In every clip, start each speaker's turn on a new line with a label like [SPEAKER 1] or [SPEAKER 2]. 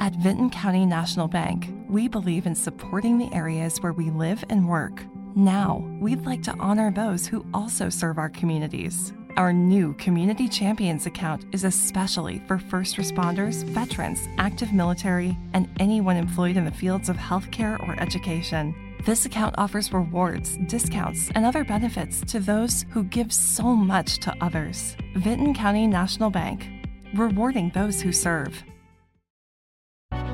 [SPEAKER 1] At Vinton County National Bank, we believe in supporting the areas where we live and work. Now, we'd like to honor those who also serve our communities. Our new Community Champions account is especially for first responders, veterans, active military, and anyone employed in the fields of healthcare or education. This account offers rewards, discounts, and other benefits to those who give so much to others. Vinton County National Bank, rewarding those who serve.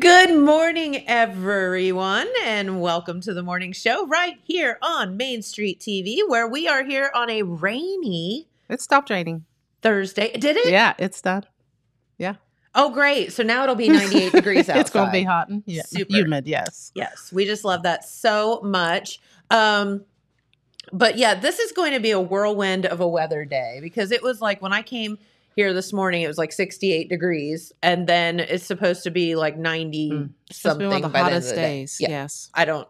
[SPEAKER 2] Good morning, everyone, and welcome to the morning show right here on Main Street TV, where we are here on a rainy
[SPEAKER 3] It stopped raining.
[SPEAKER 2] Thursday. Did it?
[SPEAKER 3] Yeah, it's done.
[SPEAKER 2] Oh, great. So now it'll be 98 degrees outside.
[SPEAKER 3] it's going to be hot and yeah,
[SPEAKER 2] Super.
[SPEAKER 3] humid. Yes.
[SPEAKER 2] Yes, we just love that so much. Um, but yeah, this is going to be a whirlwind of a weather day because it was like when I came here this morning, it was like 68 degrees, and then it's supposed to be like 90
[SPEAKER 3] Mm. Supposed to
[SPEAKER 2] something
[SPEAKER 3] be one of the
[SPEAKER 2] by end
[SPEAKER 3] hottest
[SPEAKER 2] of the day.
[SPEAKER 3] days.
[SPEAKER 2] Yeah.
[SPEAKER 3] Yes.
[SPEAKER 2] I don't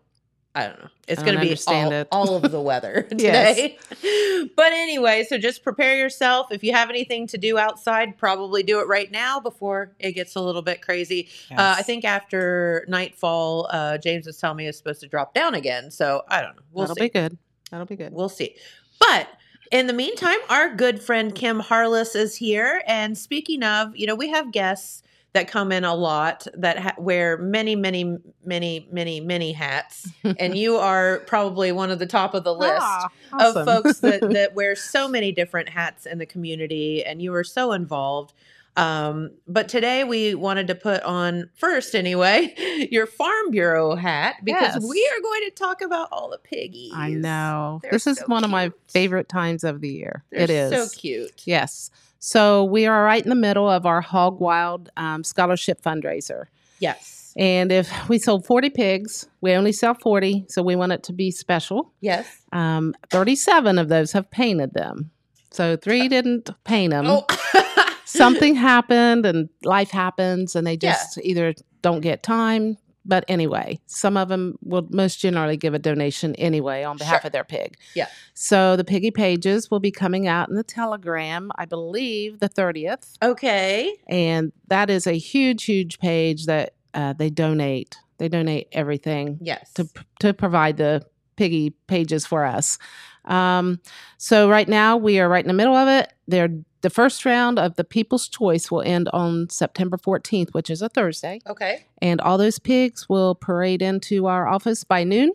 [SPEAKER 2] I don't know. It's
[SPEAKER 3] I
[SPEAKER 2] going to
[SPEAKER 3] don't
[SPEAKER 2] be
[SPEAKER 3] understand
[SPEAKER 2] all,
[SPEAKER 3] it.
[SPEAKER 2] all of the weather
[SPEAKER 3] Yes.
[SPEAKER 2] today. but anyway, so just prepare yourself. If you have anything to do outside, probably do it right now before it gets a little bit crazy. Uh, I
[SPEAKER 3] Yes.
[SPEAKER 2] think after nightfall, uh, James was telling me it's supposed to drop down again. So I don't know. We'll
[SPEAKER 3] that'll
[SPEAKER 2] see.
[SPEAKER 3] be good. Ah, That'll be good.
[SPEAKER 2] We'll see. But in the meantime, our good friend Kim Harless is here. And speaking of, you know, we have guests that come in a lot that ha- wear many, many, many, many, many hats. and you are probably one of the top of the list
[SPEAKER 3] Ah,
[SPEAKER 2] of
[SPEAKER 3] awesome.
[SPEAKER 2] folks that, that wear so many different hats in the community, and you are so involved. Um, but today we wanted to put on first, anyway, your Farm Bureau hat because
[SPEAKER 3] Yes.
[SPEAKER 2] we are going to talk about all the piggies.
[SPEAKER 3] I know.
[SPEAKER 2] They're
[SPEAKER 3] This is
[SPEAKER 2] so
[SPEAKER 3] one of my
[SPEAKER 2] cute.
[SPEAKER 3] favorite times of the year.
[SPEAKER 2] They're
[SPEAKER 3] it is.
[SPEAKER 2] so cute.
[SPEAKER 3] Yes. So we are right in the middle of our Hog Wild um, Scholarship Fundraiser.
[SPEAKER 2] Yes.
[SPEAKER 3] And if we sold 40 pigs, we only sell 40, so we want it to be special.
[SPEAKER 2] Yes.
[SPEAKER 3] Um, 37 of those have painted them. So three didn't paint them.
[SPEAKER 2] Uh, oh.
[SPEAKER 3] Um, Something happened and life happens, and they just either don't get time. But anyway, some of them will most generally give a donation anyway on behalf
[SPEAKER 2] Sure.
[SPEAKER 3] of their pig.
[SPEAKER 2] Yeah.
[SPEAKER 3] So the piggy pages will be coming out in the Telegram, I believe, the 30th.
[SPEAKER 2] Okay.
[SPEAKER 3] And that is a huge, huge page that uh, they donate. They donate everything
[SPEAKER 2] Yes.
[SPEAKER 3] to to provide the piggy pages for us. Um, so right now we are right in the middle of it. They're, the first round of the People's Choice will end on September 14th, which is a Thursday,
[SPEAKER 2] okay.
[SPEAKER 3] and all those pigs will parade into our office by noon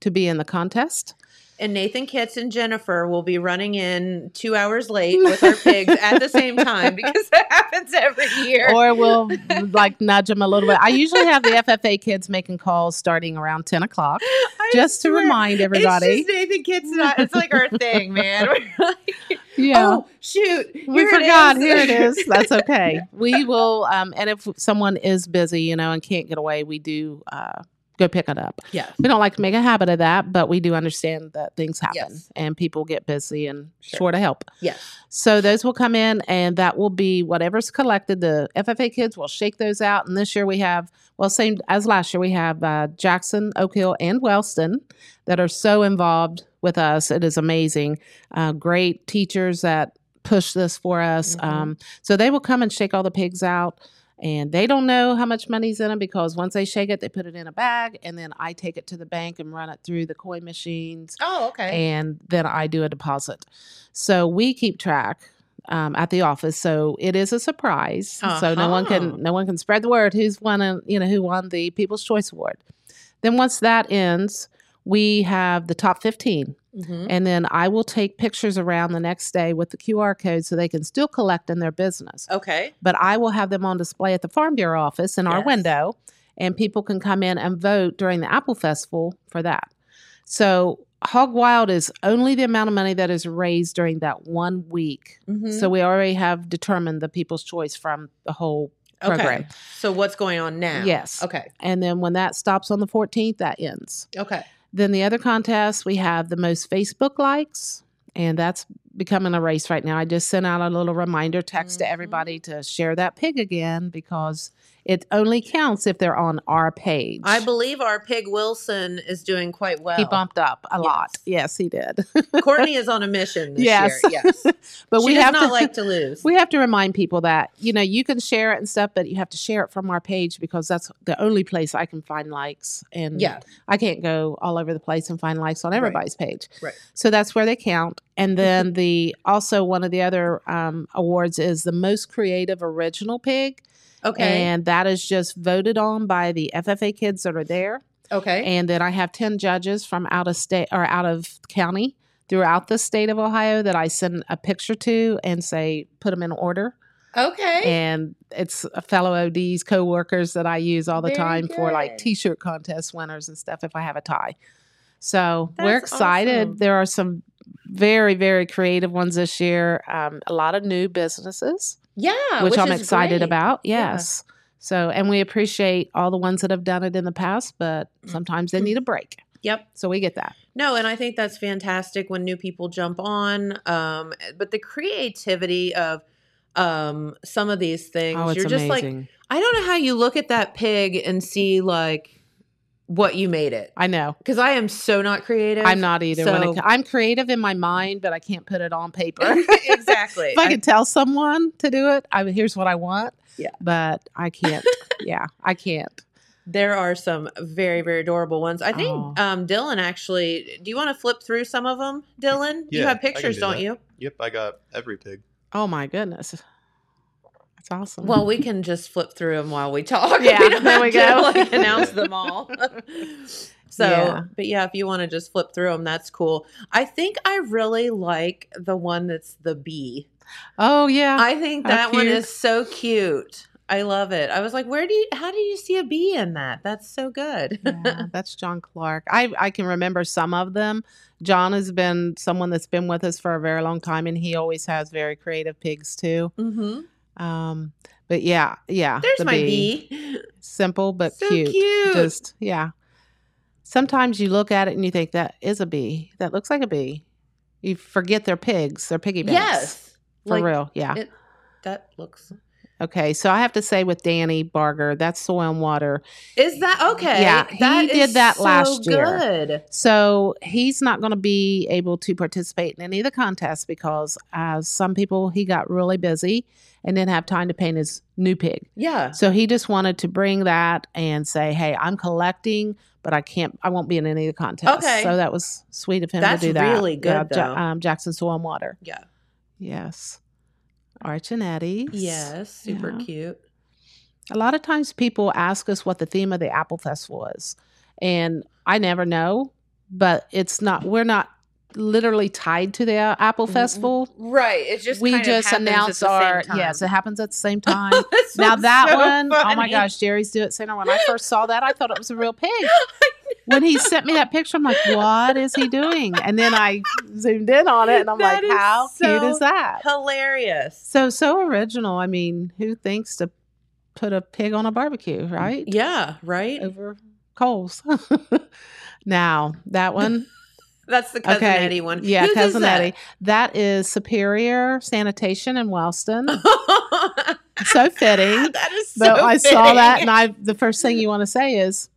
[SPEAKER 3] to be in the contest.
[SPEAKER 2] And Nathan Kitts and Jennifer will be running in two hours late with our pigs at the same time because that happens every year.
[SPEAKER 3] Or we'll like nudge them a little bit. I usually have the FFA kids making calls starting around 10 o'clock,
[SPEAKER 2] I
[SPEAKER 3] just to
[SPEAKER 2] swear,
[SPEAKER 3] remind everybody.
[SPEAKER 2] It's just Nathan Kitts and I. It's like our thing, man. We're like,
[SPEAKER 3] yeah.
[SPEAKER 2] oh, shoot.
[SPEAKER 3] we
[SPEAKER 2] here it
[SPEAKER 3] forgot.
[SPEAKER 2] is.
[SPEAKER 3] Here it is. That's okay. We will, um, and if someone is busy, you know, and can't get away, we do uh, go pick it up.
[SPEAKER 2] Yeah.
[SPEAKER 3] We don't like to make a habit of that, but we do understand that things happen
[SPEAKER 2] Yes.
[SPEAKER 3] and people get busy and
[SPEAKER 2] Sure.
[SPEAKER 3] short of help.
[SPEAKER 2] Yes.
[SPEAKER 3] So those will come in, and that will be whatever's collected. The FFA kids will shake those out, and this year we have, well, same as last year, we have uh, Jackson, Oak Hill, and Wellston that are so involved with us. It is amazing. Uh, great teachers that push this for us.
[SPEAKER 2] Mhm.
[SPEAKER 3] Um, so they will come and shake all the pigs out. And they don't know how much money's in them because once they shake it, they put it in a bag, and then I take it to the bank and run it through the coin machines
[SPEAKER 2] Oh, okay.
[SPEAKER 3] and then I do a deposit. So we keep track um, at the office. So it is a surprise. So no one
[SPEAKER 2] Uh-huh.
[SPEAKER 3] can no one can spread the word who's won a, you know who won the People's Choice Award. Then once that ends, we have the top 15
[SPEAKER 2] Mhm.
[SPEAKER 3] and then I will take pictures around the next day with the QR code so they can still collect in their business.
[SPEAKER 2] Okay.
[SPEAKER 3] But I will have them on display at the Farm Bureau office in our
[SPEAKER 2] Yes.
[SPEAKER 3] window and people can come in and vote during the Apple Festival for that. So Hog Wild is only the amount of money that is raised during that one week.
[SPEAKER 2] Mhm.
[SPEAKER 3] So we already have determined the people's choice from the whole program.
[SPEAKER 2] okay. So what's going on now?
[SPEAKER 3] Yes.
[SPEAKER 2] Okay.
[SPEAKER 3] And then when that stops on the 14th, that ends.
[SPEAKER 2] Okay.
[SPEAKER 3] Then the other contest, we have the most Facebook likes, and that's becoming a race right now. I just sent out a little reminder text
[SPEAKER 2] Mhm.
[SPEAKER 3] to everybody to share that pig again because it only counts if they're on our page.
[SPEAKER 2] I believe our pig Wilson is doing quite well.
[SPEAKER 3] he bumped up a lot. Yes, he did.
[SPEAKER 2] Courtney is on a mission this
[SPEAKER 3] Yes.
[SPEAKER 2] year. Yes.
[SPEAKER 3] but
[SPEAKER 2] she
[SPEAKER 3] we
[SPEAKER 2] does
[SPEAKER 3] have
[SPEAKER 2] not
[SPEAKER 3] to
[SPEAKER 2] like to lose.
[SPEAKER 3] we have to remind people that you know you can share it and stuff, but you have to share it from our page because that's the only place I can find likes. And
[SPEAKER 2] yeah.
[SPEAKER 3] I can't go all over the place and find likes on
[SPEAKER 2] Right.
[SPEAKER 3] everybody's page.
[SPEAKER 2] Right. Mm-hmm.
[SPEAKER 3] So that's where they count. And then the also one of the other um, awards is the most creative original pig,
[SPEAKER 2] Okay.
[SPEAKER 3] and that is just voted on by the FFA kids that are there.
[SPEAKER 2] okay.
[SPEAKER 3] And then I have ten judges from out of state or out of county throughout the state of Ohio that I send a picture to and say put them in order.
[SPEAKER 2] okay.
[SPEAKER 3] And it's a fellow ODs, coworkers that I use all the
[SPEAKER 2] Very
[SPEAKER 3] time for like
[SPEAKER 2] good.
[SPEAKER 3] t-shirt contest winners and stuff if I have a tie. So we're
[SPEAKER 2] That's
[SPEAKER 3] excited.
[SPEAKER 2] awesome.
[SPEAKER 3] There are some very, very creative ones this year. Um, a lot of new businesses,
[SPEAKER 2] yeah.
[SPEAKER 3] which, I'm
[SPEAKER 2] Oh, is
[SPEAKER 3] excited
[SPEAKER 2] great.
[SPEAKER 3] about.
[SPEAKER 2] Yeah.
[SPEAKER 3] Yes. So, and we appreciate all the ones that have done it in the past, but
[SPEAKER 2] Mm.
[SPEAKER 3] sometimes they need a break.
[SPEAKER 2] Yep.
[SPEAKER 3] So we get that.
[SPEAKER 2] No, and I think that's fantastic when new people jump on. Um, but the creativity of um some of these things,
[SPEAKER 3] Oh, it's
[SPEAKER 2] you're just like,
[SPEAKER 3] amazing.
[SPEAKER 2] I don't know how you look at that pig and see like what you made it.
[SPEAKER 3] I know.
[SPEAKER 2] Because I am so not creative.
[SPEAKER 3] I'm not either. when it,
[SPEAKER 2] So-
[SPEAKER 3] co- I'm creative in my mind, but I can't put it on paper.
[SPEAKER 2] exactly.
[SPEAKER 3] if I could tell someone to do it, I would, here's what I want.
[SPEAKER 2] Yeah.
[SPEAKER 3] But I can't. yeah, I can't.
[SPEAKER 2] There are some very very adorable ones. I think
[SPEAKER 3] Oh.
[SPEAKER 2] um, Dylan actually. Do you want to flip through some of them, Dylan? you
[SPEAKER 4] Yeah, I
[SPEAKER 2] have
[SPEAKER 4] can
[SPEAKER 2] pictures,
[SPEAKER 4] do
[SPEAKER 2] do not
[SPEAKER 4] that.
[SPEAKER 2] you?
[SPEAKER 4] Yep, I got every pig.
[SPEAKER 3] Oh my goodness. That's awesome.
[SPEAKER 2] Well, we can just flip through them while we talk.
[SPEAKER 3] Yeah,
[SPEAKER 2] we don't
[SPEAKER 3] there we
[SPEAKER 2] have
[SPEAKER 3] go.
[SPEAKER 2] To, like, announce them all. so,
[SPEAKER 3] Yeah.
[SPEAKER 2] but yeah, if you want to just flip through them, that's cool. I think I really like the one that's the bee.
[SPEAKER 3] oh yeah.
[SPEAKER 2] I think
[SPEAKER 3] how
[SPEAKER 2] that one
[SPEAKER 3] cute.
[SPEAKER 2] is so cute. I love it. I was like, where do you? How do you see a bee in that? That's so good.
[SPEAKER 3] Yeah, that's John Clark. I, I can remember some of them. John has been someone that's been with us for a very long time, and he always has very creative pigs too.
[SPEAKER 2] hmm
[SPEAKER 3] Um, but yeah, yeah.
[SPEAKER 2] There's
[SPEAKER 3] the
[SPEAKER 2] my bee.
[SPEAKER 3] Simple but
[SPEAKER 2] so
[SPEAKER 3] cute.
[SPEAKER 2] cute.
[SPEAKER 3] Just yeah. Sometimes you look at it and you think that is a bee. That looks like a bee. You forget they're pigs. They're piggy banks.
[SPEAKER 2] yes.
[SPEAKER 3] For real, yeah.
[SPEAKER 2] it- that looks.
[SPEAKER 3] okay, so I have to say with Danny Barger, that's soil and water.
[SPEAKER 2] Is that okay?
[SPEAKER 3] Yeah, he
[SPEAKER 2] That
[SPEAKER 3] did
[SPEAKER 2] is
[SPEAKER 3] that
[SPEAKER 2] so
[SPEAKER 3] last year.
[SPEAKER 2] Good.
[SPEAKER 3] So he's not going to be able to participate in any of the contests because uh, some people he got really busy and didn't have time to paint his new pig.
[SPEAKER 2] Yeah.
[SPEAKER 3] So he just wanted to bring that and say, "Hey, I'm collecting, but I can't. I won't be in any of the contests."
[SPEAKER 2] Okay.
[SPEAKER 3] So that was sweet of him
[SPEAKER 2] That's
[SPEAKER 3] to do that.
[SPEAKER 2] really good,
[SPEAKER 3] Yeah, Ja-
[SPEAKER 2] though.
[SPEAKER 3] um, Jackson Soil and Water.
[SPEAKER 2] Yeah.
[SPEAKER 3] Yes. Archinetti.
[SPEAKER 2] Yes. Super
[SPEAKER 3] Yeah.
[SPEAKER 2] cute.
[SPEAKER 3] A lot of times people ask us what the theme of the Apple Festival is, and I never know, but it's not. We're not literally tied to the uh, Apple
[SPEAKER 2] Mm-mm.
[SPEAKER 3] Festival.
[SPEAKER 2] Right. It's just
[SPEAKER 3] we
[SPEAKER 2] kind of
[SPEAKER 3] just
[SPEAKER 2] happens at
[SPEAKER 3] announce
[SPEAKER 2] the same
[SPEAKER 3] our
[SPEAKER 2] time.
[SPEAKER 3] yes, it happens at the same time.
[SPEAKER 2] This
[SPEAKER 3] Now
[SPEAKER 2] was
[SPEAKER 3] that
[SPEAKER 2] so
[SPEAKER 3] one, oh my
[SPEAKER 2] funny.
[SPEAKER 3] gosh, Jerry's do it center. When I first saw that, I thought it was a real pig. When he sent me that picture, I'm like, what is he doing? And then I zoomed in on it and I'm
[SPEAKER 2] That
[SPEAKER 3] like,
[SPEAKER 2] is
[SPEAKER 3] how
[SPEAKER 2] so
[SPEAKER 3] cute is that?
[SPEAKER 2] hilarious.
[SPEAKER 3] So, so original. I mean, who thinks to put a pig on a barbecue, right?
[SPEAKER 2] Yeah. Right.
[SPEAKER 3] Over coals. now, that one.
[SPEAKER 2] That's the cousin
[SPEAKER 3] okay.
[SPEAKER 2] Eddie one.
[SPEAKER 3] Yeah,
[SPEAKER 2] Whose is
[SPEAKER 3] Cousin
[SPEAKER 2] that?
[SPEAKER 3] Eddie. That is Superior Sanitation in Wellston. so fitting.
[SPEAKER 2] that is so.
[SPEAKER 3] But I saw
[SPEAKER 2] fitting.
[SPEAKER 3] that, and I the first thing you want to say is,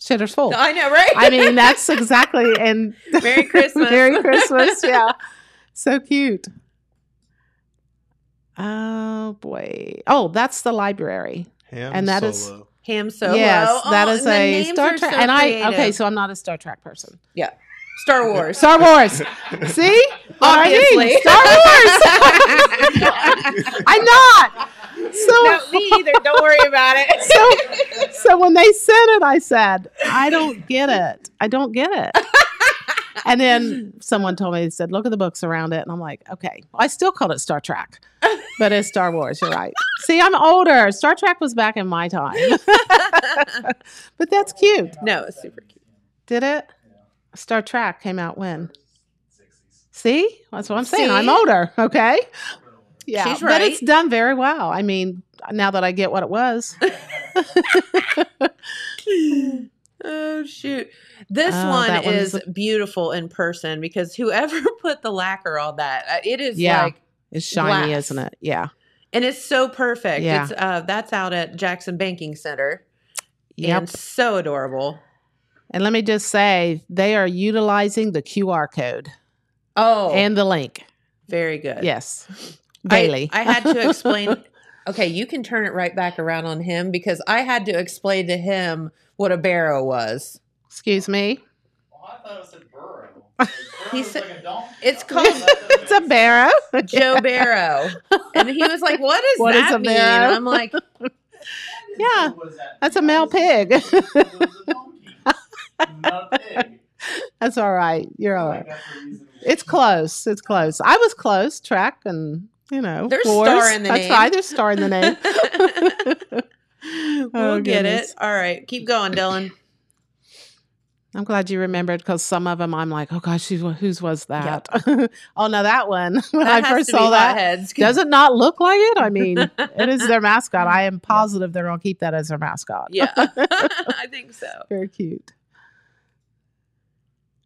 [SPEAKER 3] "Shitter's full."
[SPEAKER 2] I know, right?
[SPEAKER 3] I mean, that's exactly and
[SPEAKER 2] Merry Christmas.
[SPEAKER 3] Merry Christmas, yeah, so cute. Oh boy! Oh, that's the library.
[SPEAKER 4] Ham
[SPEAKER 3] And that is-
[SPEAKER 4] solo.
[SPEAKER 2] Ham Solo.
[SPEAKER 3] yes, that is
[SPEAKER 2] oh, and the
[SPEAKER 3] a
[SPEAKER 2] names
[SPEAKER 3] Star
[SPEAKER 2] are
[SPEAKER 3] Trek.
[SPEAKER 2] so
[SPEAKER 3] and I okay,
[SPEAKER 2] creative.
[SPEAKER 3] so I'm not a Star Trek person.
[SPEAKER 2] Star Wars.
[SPEAKER 3] Star Wars. See,
[SPEAKER 2] Obviously.
[SPEAKER 3] already Star Wars. I'm not. So
[SPEAKER 2] me either. Don't worry about it.
[SPEAKER 3] so so when they said it, I said, I don't get it. I don't get it. and then someone told me, they said, look at the books around it. And I'm like, okay. I still called it Star Trek, but it's Star Wars. You're right. See, I'm older. Star Trek was back in my time, but that's cute.
[SPEAKER 2] no, it's super cute.
[SPEAKER 3] Did it? Star Trek came out when? See, that's what I'm saying. I'm
[SPEAKER 2] See?
[SPEAKER 3] older. Okay. Yeah,
[SPEAKER 2] She's
[SPEAKER 3] but it's
[SPEAKER 2] right.
[SPEAKER 3] done very well. I mean, now that I get what it was,
[SPEAKER 2] Oh shoot. This
[SPEAKER 3] Oh,
[SPEAKER 2] one
[SPEAKER 3] that one
[SPEAKER 2] is
[SPEAKER 3] is
[SPEAKER 2] beautiful in person because whoever put the lacquer on that, uh, it is
[SPEAKER 3] Yeah.
[SPEAKER 2] like
[SPEAKER 3] it's shiny,
[SPEAKER 2] Glass.
[SPEAKER 3] isn't it? Yeah.
[SPEAKER 2] and it's so perfect.
[SPEAKER 3] Yeah.
[SPEAKER 2] It's uh that's out at Jackson Banking Center.
[SPEAKER 3] Yep.
[SPEAKER 2] And so adorable.
[SPEAKER 3] And let me just say, they are utilizing the QR code
[SPEAKER 2] Oh and
[SPEAKER 3] and the link.
[SPEAKER 2] very good.
[SPEAKER 3] Yes.
[SPEAKER 2] I-
[SPEAKER 3] Daily.
[SPEAKER 2] I, had to explain. okay, you can turn it right back around on him because I had to explain to him what a barrow was.
[SPEAKER 3] Excuse me.
[SPEAKER 4] Oh, I thought it said burrow.
[SPEAKER 2] He
[SPEAKER 4] he
[SPEAKER 2] said-
[SPEAKER 4] said, like a donkey.
[SPEAKER 2] It's
[SPEAKER 4] I
[SPEAKER 2] called-
[SPEAKER 4] thought that
[SPEAKER 3] It's a
[SPEAKER 4] meant-
[SPEAKER 3] barrow.
[SPEAKER 2] Joe Barrow. And he was like, What does
[SPEAKER 3] What is
[SPEAKER 2] that
[SPEAKER 3] a
[SPEAKER 2] mean?
[SPEAKER 3] barrow?
[SPEAKER 2] I'm like,
[SPEAKER 3] Yeah.
[SPEAKER 4] What does that
[SPEAKER 3] That's
[SPEAKER 4] mean?
[SPEAKER 3] a male pig.
[SPEAKER 4] I just assumed it was a donkey, Not a pig.
[SPEAKER 3] That's all right. You're all
[SPEAKER 4] Like,
[SPEAKER 3] right.
[SPEAKER 4] that's the reason-
[SPEAKER 3] It's close. It's close. I was close. Track and you know.
[SPEAKER 2] There's
[SPEAKER 3] wars.
[SPEAKER 2] star in the
[SPEAKER 3] That's
[SPEAKER 2] name.
[SPEAKER 3] right. There's star in the name.
[SPEAKER 2] We'll
[SPEAKER 3] Oh,
[SPEAKER 2] get it.
[SPEAKER 3] goodness.
[SPEAKER 2] All right. Keep going, Dylan.
[SPEAKER 3] I'm glad you remembered because some of them I'm like, oh gosh, who's, whose was that? oh no, that one. When
[SPEAKER 2] That
[SPEAKER 3] I
[SPEAKER 2] has
[SPEAKER 3] first
[SPEAKER 2] to be
[SPEAKER 3] saw that,
[SPEAKER 2] Hotheads.
[SPEAKER 3] does it not look like it? I mean, it is their mascot. I am positive they're gonna keep that as their mascot.
[SPEAKER 2] Yeah. I think so.
[SPEAKER 3] Very cute.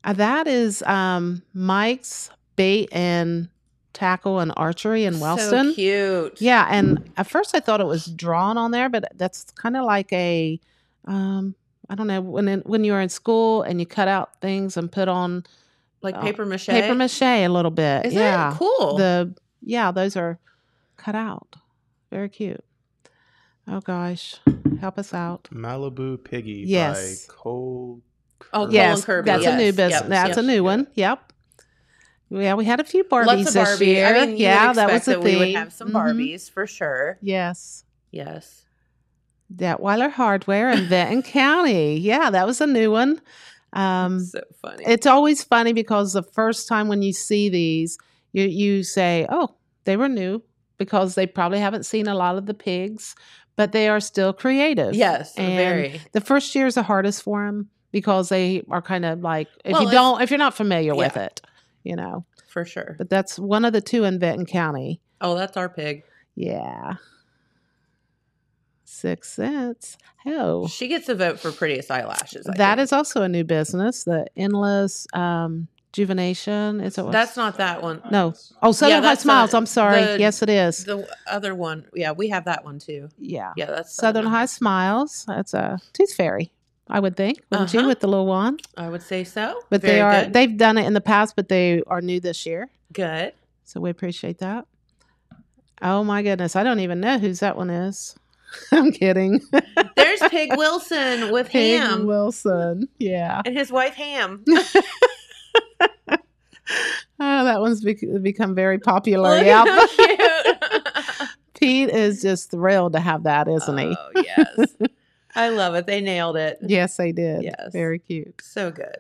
[SPEAKER 3] Uh, that is um, Mike's bait and tackle and archery in Wellston.
[SPEAKER 2] So cute.
[SPEAKER 3] Yeah,
[SPEAKER 2] Mm.
[SPEAKER 3] and at first I thought it was drawn on there, but that's kind of like a, um, I don't know, when in, when you were in school and you cut out things and put on
[SPEAKER 2] Like
[SPEAKER 3] Oh,
[SPEAKER 2] paper mache.
[SPEAKER 3] paper mache a little bit.
[SPEAKER 2] Isn't
[SPEAKER 3] yeah,
[SPEAKER 2] that cool?
[SPEAKER 3] the yeah those are cut out. Very cute. Oh gosh, help us out.
[SPEAKER 5] Malibu Piggy
[SPEAKER 3] Yes.
[SPEAKER 5] by Cole.
[SPEAKER 2] Oh, Cole
[SPEAKER 3] yes,
[SPEAKER 2] Kirby,
[SPEAKER 3] that's
[SPEAKER 2] yes.
[SPEAKER 3] a new
[SPEAKER 2] Yep,
[SPEAKER 3] business. that's
[SPEAKER 2] yep.
[SPEAKER 3] a new one. Yep. Yeah, we had a few Barbies
[SPEAKER 2] Lots of
[SPEAKER 3] this
[SPEAKER 2] Barbie.
[SPEAKER 3] year.
[SPEAKER 2] I mean, you would
[SPEAKER 3] yeah, that was
[SPEAKER 2] expect that
[SPEAKER 3] the thing.
[SPEAKER 2] we would have some
[SPEAKER 3] Mhm.
[SPEAKER 2] Barbies for sure.
[SPEAKER 3] Yes.
[SPEAKER 2] Yes.
[SPEAKER 3] Detweiler Hardware in Benton County. Yeah, that was a new one. Um,
[SPEAKER 2] so funny.
[SPEAKER 3] it's always funny because the first time when you see these, you you say, "Oh, they were new," because they probably haven't seen a lot of the pigs, but they are still creative.
[SPEAKER 2] yes,
[SPEAKER 3] and
[SPEAKER 2] very.
[SPEAKER 3] the first year is the hardest for them because they are kind of like if
[SPEAKER 2] Well,
[SPEAKER 3] you
[SPEAKER 2] it's-
[SPEAKER 3] don't if you're not familiar with
[SPEAKER 2] Yeah.
[SPEAKER 3] it, you know.
[SPEAKER 2] For sure.
[SPEAKER 3] But that's one of the two in Benton County.
[SPEAKER 2] Oh, that's our pig.
[SPEAKER 3] Yeah. Six cents. Oh.
[SPEAKER 2] She gets a vote for prettiest eyelashes. I
[SPEAKER 3] That
[SPEAKER 2] think.
[SPEAKER 3] is also a new business, the endless um, juvenation. Is it what-
[SPEAKER 2] That's not that one.
[SPEAKER 3] no. Oh, Southern Heart
[SPEAKER 2] that's
[SPEAKER 3] Smiles.
[SPEAKER 2] a-
[SPEAKER 3] I'm sorry.
[SPEAKER 2] the-
[SPEAKER 3] yes, it is.
[SPEAKER 2] The other one. Yeah, we have that one too.
[SPEAKER 3] yeah.
[SPEAKER 2] Yeah, that's
[SPEAKER 3] Southern High Smiles. That's a tooth fairy, I would think. Wouldn't you
[SPEAKER 2] Uh-huh.
[SPEAKER 3] with the little wand?
[SPEAKER 2] I would say so.
[SPEAKER 3] But
[SPEAKER 2] Very
[SPEAKER 3] they are
[SPEAKER 2] good.
[SPEAKER 3] they've done it in the past, but they are new this year.
[SPEAKER 2] good.
[SPEAKER 3] So we appreciate that. Oh my goodness. I don't even know whose that one is. I'm kidding.
[SPEAKER 2] There's Pig Wilson with
[SPEAKER 3] Pig
[SPEAKER 2] Ham
[SPEAKER 3] Wilson. Yeah.
[SPEAKER 2] and his wife Ham.
[SPEAKER 3] Oh, that one's bec become very popular.
[SPEAKER 2] Look
[SPEAKER 3] Yeah.
[SPEAKER 2] how cute.
[SPEAKER 3] Pete is just thrilled to have that, isn't he?
[SPEAKER 2] Oh, yes. I love it. They nailed it.
[SPEAKER 3] Yes, they did.
[SPEAKER 2] Yes.
[SPEAKER 3] Very cute.
[SPEAKER 2] So good.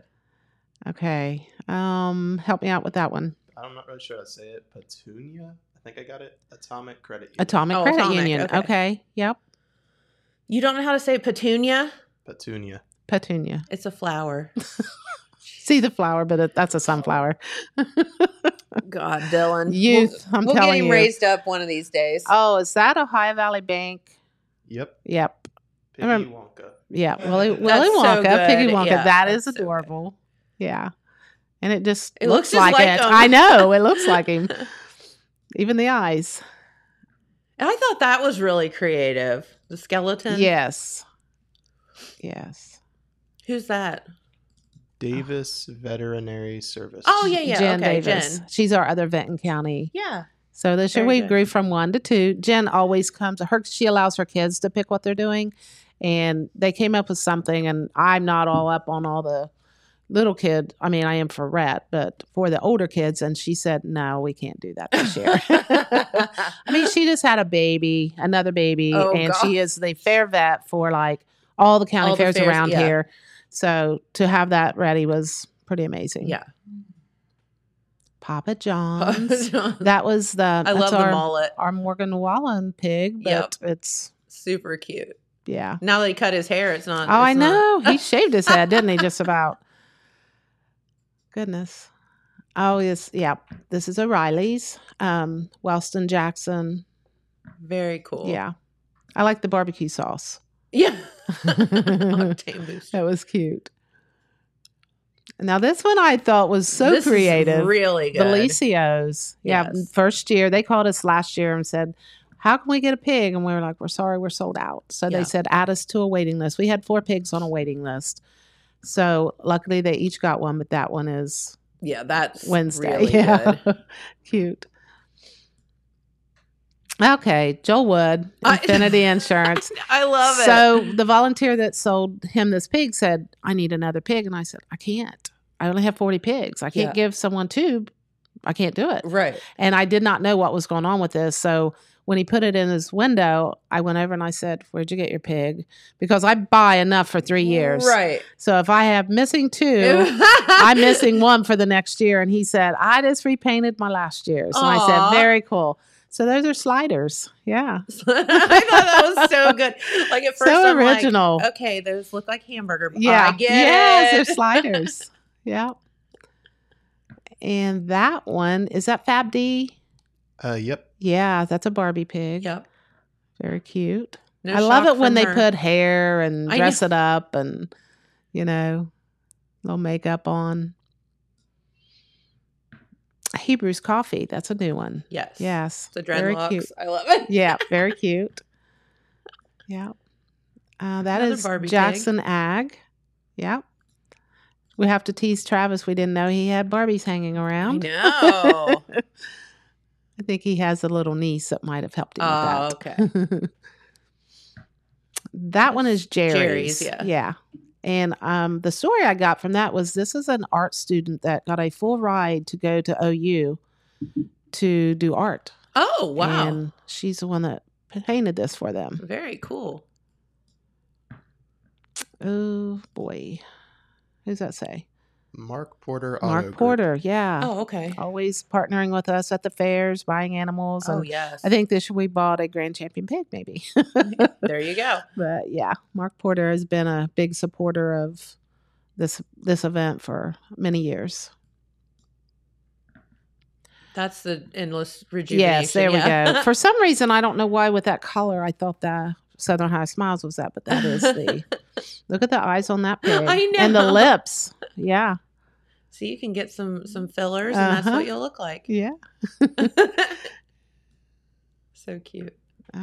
[SPEAKER 3] Okay. Um, help me out with that one.
[SPEAKER 5] I'm not really sure how to say it. Petunia. I think I got it. Atomic Credit. Union.
[SPEAKER 3] Atomic
[SPEAKER 2] Oh,
[SPEAKER 3] Credit
[SPEAKER 2] Atomic,
[SPEAKER 3] Union.
[SPEAKER 2] okay.
[SPEAKER 3] Okay. Yep.
[SPEAKER 2] You don't know how to say petunia?
[SPEAKER 5] Petunia.
[SPEAKER 3] Petunia.
[SPEAKER 2] It's a flower.
[SPEAKER 3] See the flower, but it, that's a sunflower.
[SPEAKER 2] God, Dylan.
[SPEAKER 3] Youth,
[SPEAKER 2] We'll,
[SPEAKER 3] I'm
[SPEAKER 2] we'll
[SPEAKER 3] telling
[SPEAKER 2] get him
[SPEAKER 3] you.
[SPEAKER 2] raised up one of these days.
[SPEAKER 3] Oh, is that Ohio Valley Bank?
[SPEAKER 5] Yep.
[SPEAKER 3] Yep.
[SPEAKER 5] Piggy
[SPEAKER 3] remember-
[SPEAKER 5] Wonka.
[SPEAKER 3] Yeah. Willy, Willy
[SPEAKER 2] That's so
[SPEAKER 3] Wonka. Piggy
[SPEAKER 2] good.
[SPEAKER 3] Wonka.
[SPEAKER 2] Yeah,
[SPEAKER 3] that
[SPEAKER 2] that's
[SPEAKER 3] is
[SPEAKER 2] so good.
[SPEAKER 3] adorable. yeah. And it just
[SPEAKER 2] It looks
[SPEAKER 3] looks,
[SPEAKER 2] just
[SPEAKER 3] like,
[SPEAKER 2] like
[SPEAKER 3] it.
[SPEAKER 2] him.
[SPEAKER 3] I know. It looks like him. Even the eyes.
[SPEAKER 2] I thought that was really creative. The skeleton.
[SPEAKER 3] Yes. Yes.
[SPEAKER 2] Who's that?
[SPEAKER 5] Davis Veterinary Service.
[SPEAKER 2] Oh yeah, yeah.
[SPEAKER 3] Jen
[SPEAKER 2] okay,
[SPEAKER 3] Davis.
[SPEAKER 2] Jen.
[SPEAKER 3] She's our other Benton County
[SPEAKER 2] Yeah.
[SPEAKER 3] So this year
[SPEAKER 2] Very
[SPEAKER 3] we
[SPEAKER 2] good.
[SPEAKER 3] grew from one to two. Jen always comes. Her she allows her kids to pick what they're doing, and they came up with something. And I'm not all up on all the little kid. I mean, I am for rat, but for the older kids. And she said, "No, we can't do that this year." I mean, she just had a baby, another baby,
[SPEAKER 2] Oh,
[SPEAKER 3] and
[SPEAKER 2] gosh.
[SPEAKER 3] she is the fair vet for like all the county
[SPEAKER 2] All the
[SPEAKER 3] fairs,
[SPEAKER 2] fairs,
[SPEAKER 3] around
[SPEAKER 2] yeah.
[SPEAKER 3] here. So to have that ready was pretty amazing.
[SPEAKER 2] Yeah.
[SPEAKER 3] Papa John's.
[SPEAKER 2] I
[SPEAKER 3] that was the I
[SPEAKER 2] love the
[SPEAKER 3] our,
[SPEAKER 2] mullet.
[SPEAKER 3] our Morgan Wallen pig,
[SPEAKER 2] Yep.
[SPEAKER 3] but it's
[SPEAKER 2] Super cute.
[SPEAKER 3] yeah.
[SPEAKER 2] Now that he cut his hair, Uh, it's not.
[SPEAKER 3] Oh, I
[SPEAKER 2] it's not-
[SPEAKER 3] know. He shaved his head, didn't he? Just about. Goodness. Oh, yes. Yeah. This is O'Reilly's. Um, Wellston Jackson.
[SPEAKER 2] Very cool.
[SPEAKER 3] Yeah. I like the barbecue sauce.
[SPEAKER 2] Yeah. Octane booster.
[SPEAKER 3] That was cute. Now, this one I thought was so
[SPEAKER 2] This is
[SPEAKER 3] creative.
[SPEAKER 2] really good.
[SPEAKER 3] Belicios. Yeah.
[SPEAKER 2] Yes.
[SPEAKER 3] First year, they called us last year and said, How can we get a pig? And we were like, We're sorry, we're sold out. So
[SPEAKER 2] Yeah.
[SPEAKER 3] they said, Add us to a waiting list. We had four pigs on a waiting list. So luckily, they each got one, but that one is
[SPEAKER 2] Yeah, that's
[SPEAKER 3] Wednesday.
[SPEAKER 2] Really
[SPEAKER 3] yeah.
[SPEAKER 2] good.
[SPEAKER 3] Cute. Okay. Joel Wood,
[SPEAKER 2] I-
[SPEAKER 3] Infinity Insurance.
[SPEAKER 2] I love it.
[SPEAKER 3] so the volunteer that sold him this pig said, I need another pig. And I said, I can't. I only have 40 pigs. I can't
[SPEAKER 2] Yeah.
[SPEAKER 3] give someone two. I can't do it.
[SPEAKER 2] right.
[SPEAKER 3] And I did not know what was going on with this. So when he put it in his window, I went over and I said, Where'd you get your pig? Because I buy enough for three years.
[SPEAKER 2] Right.
[SPEAKER 3] So if I have missing two, I'm
[SPEAKER 2] I'm
[SPEAKER 3] missing one for the next year. And he said, I just repainted my last year's. And I
[SPEAKER 2] Aw.
[SPEAKER 3] said, Very cool. So those are sliders. Yeah.
[SPEAKER 2] I thought that was so good. Like at first,
[SPEAKER 3] so
[SPEAKER 2] I'm like,
[SPEAKER 3] original.
[SPEAKER 2] okay, those look like hamburger. but
[SPEAKER 3] yeah.
[SPEAKER 2] I get
[SPEAKER 3] yes,
[SPEAKER 2] it.
[SPEAKER 3] they're sliders. yeah. And that one, is that Fab D?
[SPEAKER 5] Uh, yep.
[SPEAKER 3] Yeah, that's a Barbie pig.
[SPEAKER 2] Yep.
[SPEAKER 3] Very cute.
[SPEAKER 2] No
[SPEAKER 3] I love
[SPEAKER 2] shock
[SPEAKER 3] it when
[SPEAKER 2] from
[SPEAKER 3] they
[SPEAKER 2] her.
[SPEAKER 3] put hair and
[SPEAKER 2] I
[SPEAKER 3] dress
[SPEAKER 2] know.
[SPEAKER 3] it up and, you know, little makeup on. Hebrews Coffee. That's a new one.
[SPEAKER 2] yes,
[SPEAKER 3] Yes.
[SPEAKER 2] the
[SPEAKER 3] very cute.
[SPEAKER 2] dreadlocks. I love it.
[SPEAKER 3] Yeah. Very cute. Yeah. Uh, that
[SPEAKER 2] Another
[SPEAKER 3] is
[SPEAKER 2] Barbie pig.
[SPEAKER 3] Jackson Ag. Yeah. We have to tease Travis. We didn't know he had Barbies hanging
[SPEAKER 2] I
[SPEAKER 3] around.
[SPEAKER 2] know.
[SPEAKER 3] I think he has a little niece that might have helped him
[SPEAKER 2] Oh,
[SPEAKER 3] with that. Okay. that one is Jerry's.
[SPEAKER 2] Jerry's, yeah.
[SPEAKER 3] Yeah. And um, the story I got from that was this is an art student that got a full ride to go to OU to do art.
[SPEAKER 2] oh wow,
[SPEAKER 3] And she's the one that painted this for them.
[SPEAKER 2] very cool.
[SPEAKER 3] Oh, boy. Who's that say?
[SPEAKER 5] Mark Porter. Auto
[SPEAKER 3] Mark
[SPEAKER 5] Group.
[SPEAKER 3] Porter. Yeah.
[SPEAKER 2] Oh okay. Oh,
[SPEAKER 3] Always partnering with us at the fairs, buying animals. and
[SPEAKER 2] yes.
[SPEAKER 3] I think this year we bought a grand champion pig, maybe.
[SPEAKER 2] there you go.
[SPEAKER 3] but yeah, Mark Porter has been a big supporter of this this event for many years.
[SPEAKER 2] That's the endless rejuvenation.
[SPEAKER 3] Yes, there we
[SPEAKER 2] yeah.
[SPEAKER 3] go. For some reason, I don't know why with that color, I thought that Southern High Smiles was that, but that is the look at the eyes on that pig
[SPEAKER 2] I
[SPEAKER 3] and the
[SPEAKER 2] know.
[SPEAKER 3] lips. Yeah,
[SPEAKER 2] so you can get some some fillers, and that's
[SPEAKER 3] Uh-huh.
[SPEAKER 2] what you'll look like.
[SPEAKER 3] yeah.
[SPEAKER 2] so cute.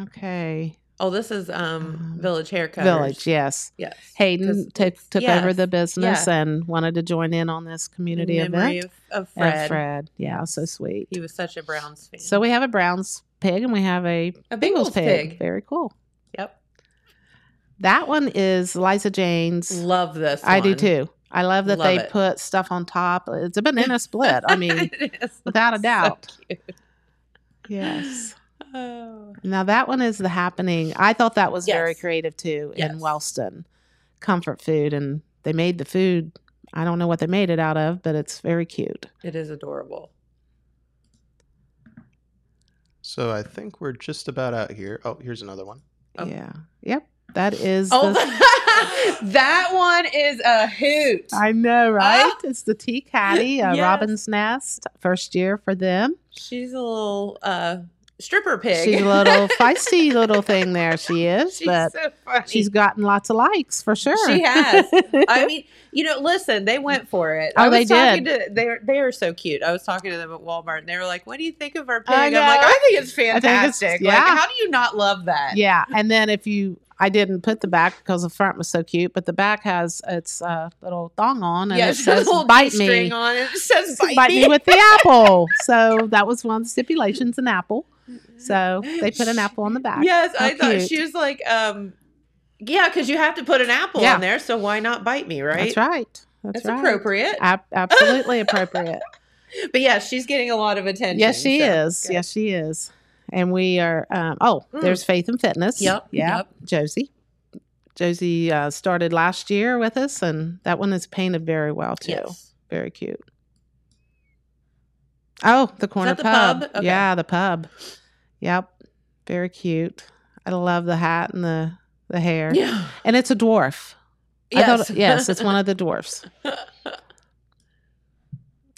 [SPEAKER 3] Okay,
[SPEAKER 2] Oh, this is um
[SPEAKER 3] Um,
[SPEAKER 2] Village Haircutters.
[SPEAKER 3] village. Yes,
[SPEAKER 2] Yes.
[SPEAKER 3] Hayden
[SPEAKER 2] 'Cause
[SPEAKER 3] took
[SPEAKER 2] it's-
[SPEAKER 3] took
[SPEAKER 2] yes,
[SPEAKER 3] over the business
[SPEAKER 2] yeah.
[SPEAKER 3] and wanted to join in on this community
[SPEAKER 2] in memory
[SPEAKER 3] event.
[SPEAKER 2] Of, of
[SPEAKER 3] And
[SPEAKER 2] Fred.
[SPEAKER 3] Fred, yeah, so sweet.
[SPEAKER 2] He was such a Browns fan.
[SPEAKER 3] So we have a Browns pig and we have a
[SPEAKER 2] a
[SPEAKER 3] Bengals pig. Very cool.
[SPEAKER 2] Yep.
[SPEAKER 3] That one is Liza Jane's.
[SPEAKER 2] Love this.
[SPEAKER 3] I do
[SPEAKER 2] one.
[SPEAKER 3] too. I love that
[SPEAKER 2] Love
[SPEAKER 3] they
[SPEAKER 2] it.
[SPEAKER 3] put stuff on top. It's a banana split. I mean,
[SPEAKER 2] It is.
[SPEAKER 3] without a
[SPEAKER 2] So
[SPEAKER 3] doubt.
[SPEAKER 2] cute.
[SPEAKER 3] yes.
[SPEAKER 2] Oh.
[SPEAKER 3] Now that one is the happening. I thought that was very
[SPEAKER 2] Yes.
[SPEAKER 3] creative too in
[SPEAKER 2] Yes.
[SPEAKER 3] Wellston, comfort food, and they made the food. I don't know what they made it out of, but it's very cute.
[SPEAKER 2] It is adorable.
[SPEAKER 5] So I think we're just about out here. Oh, here's another one.
[SPEAKER 2] Oh.
[SPEAKER 3] Yeah. Yep. That is.
[SPEAKER 2] Oh,
[SPEAKER 3] the-
[SPEAKER 2] that one is a hoot.
[SPEAKER 3] I know, right? It's the tea caddy,
[SPEAKER 2] Oh.
[SPEAKER 3] uh,
[SPEAKER 2] Yes.
[SPEAKER 3] Robin's Nest, first year for them.
[SPEAKER 2] She's a little uh, stripper pig.
[SPEAKER 3] She's a little feisty little thing there. She is,
[SPEAKER 2] She's
[SPEAKER 3] but
[SPEAKER 2] so funny.
[SPEAKER 3] she's gotten lots of likes for sure.
[SPEAKER 2] She has. I mean, you know, listen, they went for it.
[SPEAKER 3] Oh,
[SPEAKER 2] I was
[SPEAKER 3] they
[SPEAKER 2] talking to they are they are so cute. I was talking to them at Walmart and they were like, What do you think of our pig?
[SPEAKER 3] I
[SPEAKER 2] I'm
[SPEAKER 3] know.
[SPEAKER 2] like, I think it's
[SPEAKER 3] I think it's-
[SPEAKER 2] fantastic.
[SPEAKER 3] yeah.
[SPEAKER 2] Like, how do you not love that?
[SPEAKER 3] yeah, and then if you, I didn't put the back because the front was so cute, but the back has its uh, little thong on and
[SPEAKER 2] Yeah,
[SPEAKER 3] it
[SPEAKER 2] it's got a
[SPEAKER 3] says
[SPEAKER 2] little
[SPEAKER 3] "bite
[SPEAKER 2] string
[SPEAKER 3] me,
[SPEAKER 2] on it. It says bite,
[SPEAKER 3] bite
[SPEAKER 2] me.
[SPEAKER 3] me with the apple." So that was one of the stipulations, an apple. So they put an apple on the back.
[SPEAKER 2] Yes,
[SPEAKER 3] How
[SPEAKER 2] I thought
[SPEAKER 3] cute.
[SPEAKER 2] she was like, um, yeah, because you have to put an apple
[SPEAKER 3] Yeah.
[SPEAKER 2] on there, so why not bite me, right?
[SPEAKER 3] That's right. That's,
[SPEAKER 2] That's
[SPEAKER 3] right.
[SPEAKER 2] appropriate.
[SPEAKER 3] Ab- absolutely appropriate.
[SPEAKER 2] But yeah, she's getting a lot of attention.
[SPEAKER 3] Yes, she
[SPEAKER 2] so,
[SPEAKER 3] is.
[SPEAKER 2] good.
[SPEAKER 3] Yes, she is. And we are. Um, oh,
[SPEAKER 2] Mm.
[SPEAKER 3] there's Faith and Fitness.
[SPEAKER 2] Yep,
[SPEAKER 3] Yeah.
[SPEAKER 2] yep.
[SPEAKER 3] Josie. Josie uh, started last year with us, and that one is painted very well too.
[SPEAKER 2] Yes.
[SPEAKER 3] very cute. Oh, the corner
[SPEAKER 2] the
[SPEAKER 3] pub.
[SPEAKER 2] pub? Okay.
[SPEAKER 3] Yeah, the pub. Yep. Very cute. I love the hat and the the hair.
[SPEAKER 2] Yeah.
[SPEAKER 3] And it's a dwarf. I thought- yes, it's one of the dwarfs.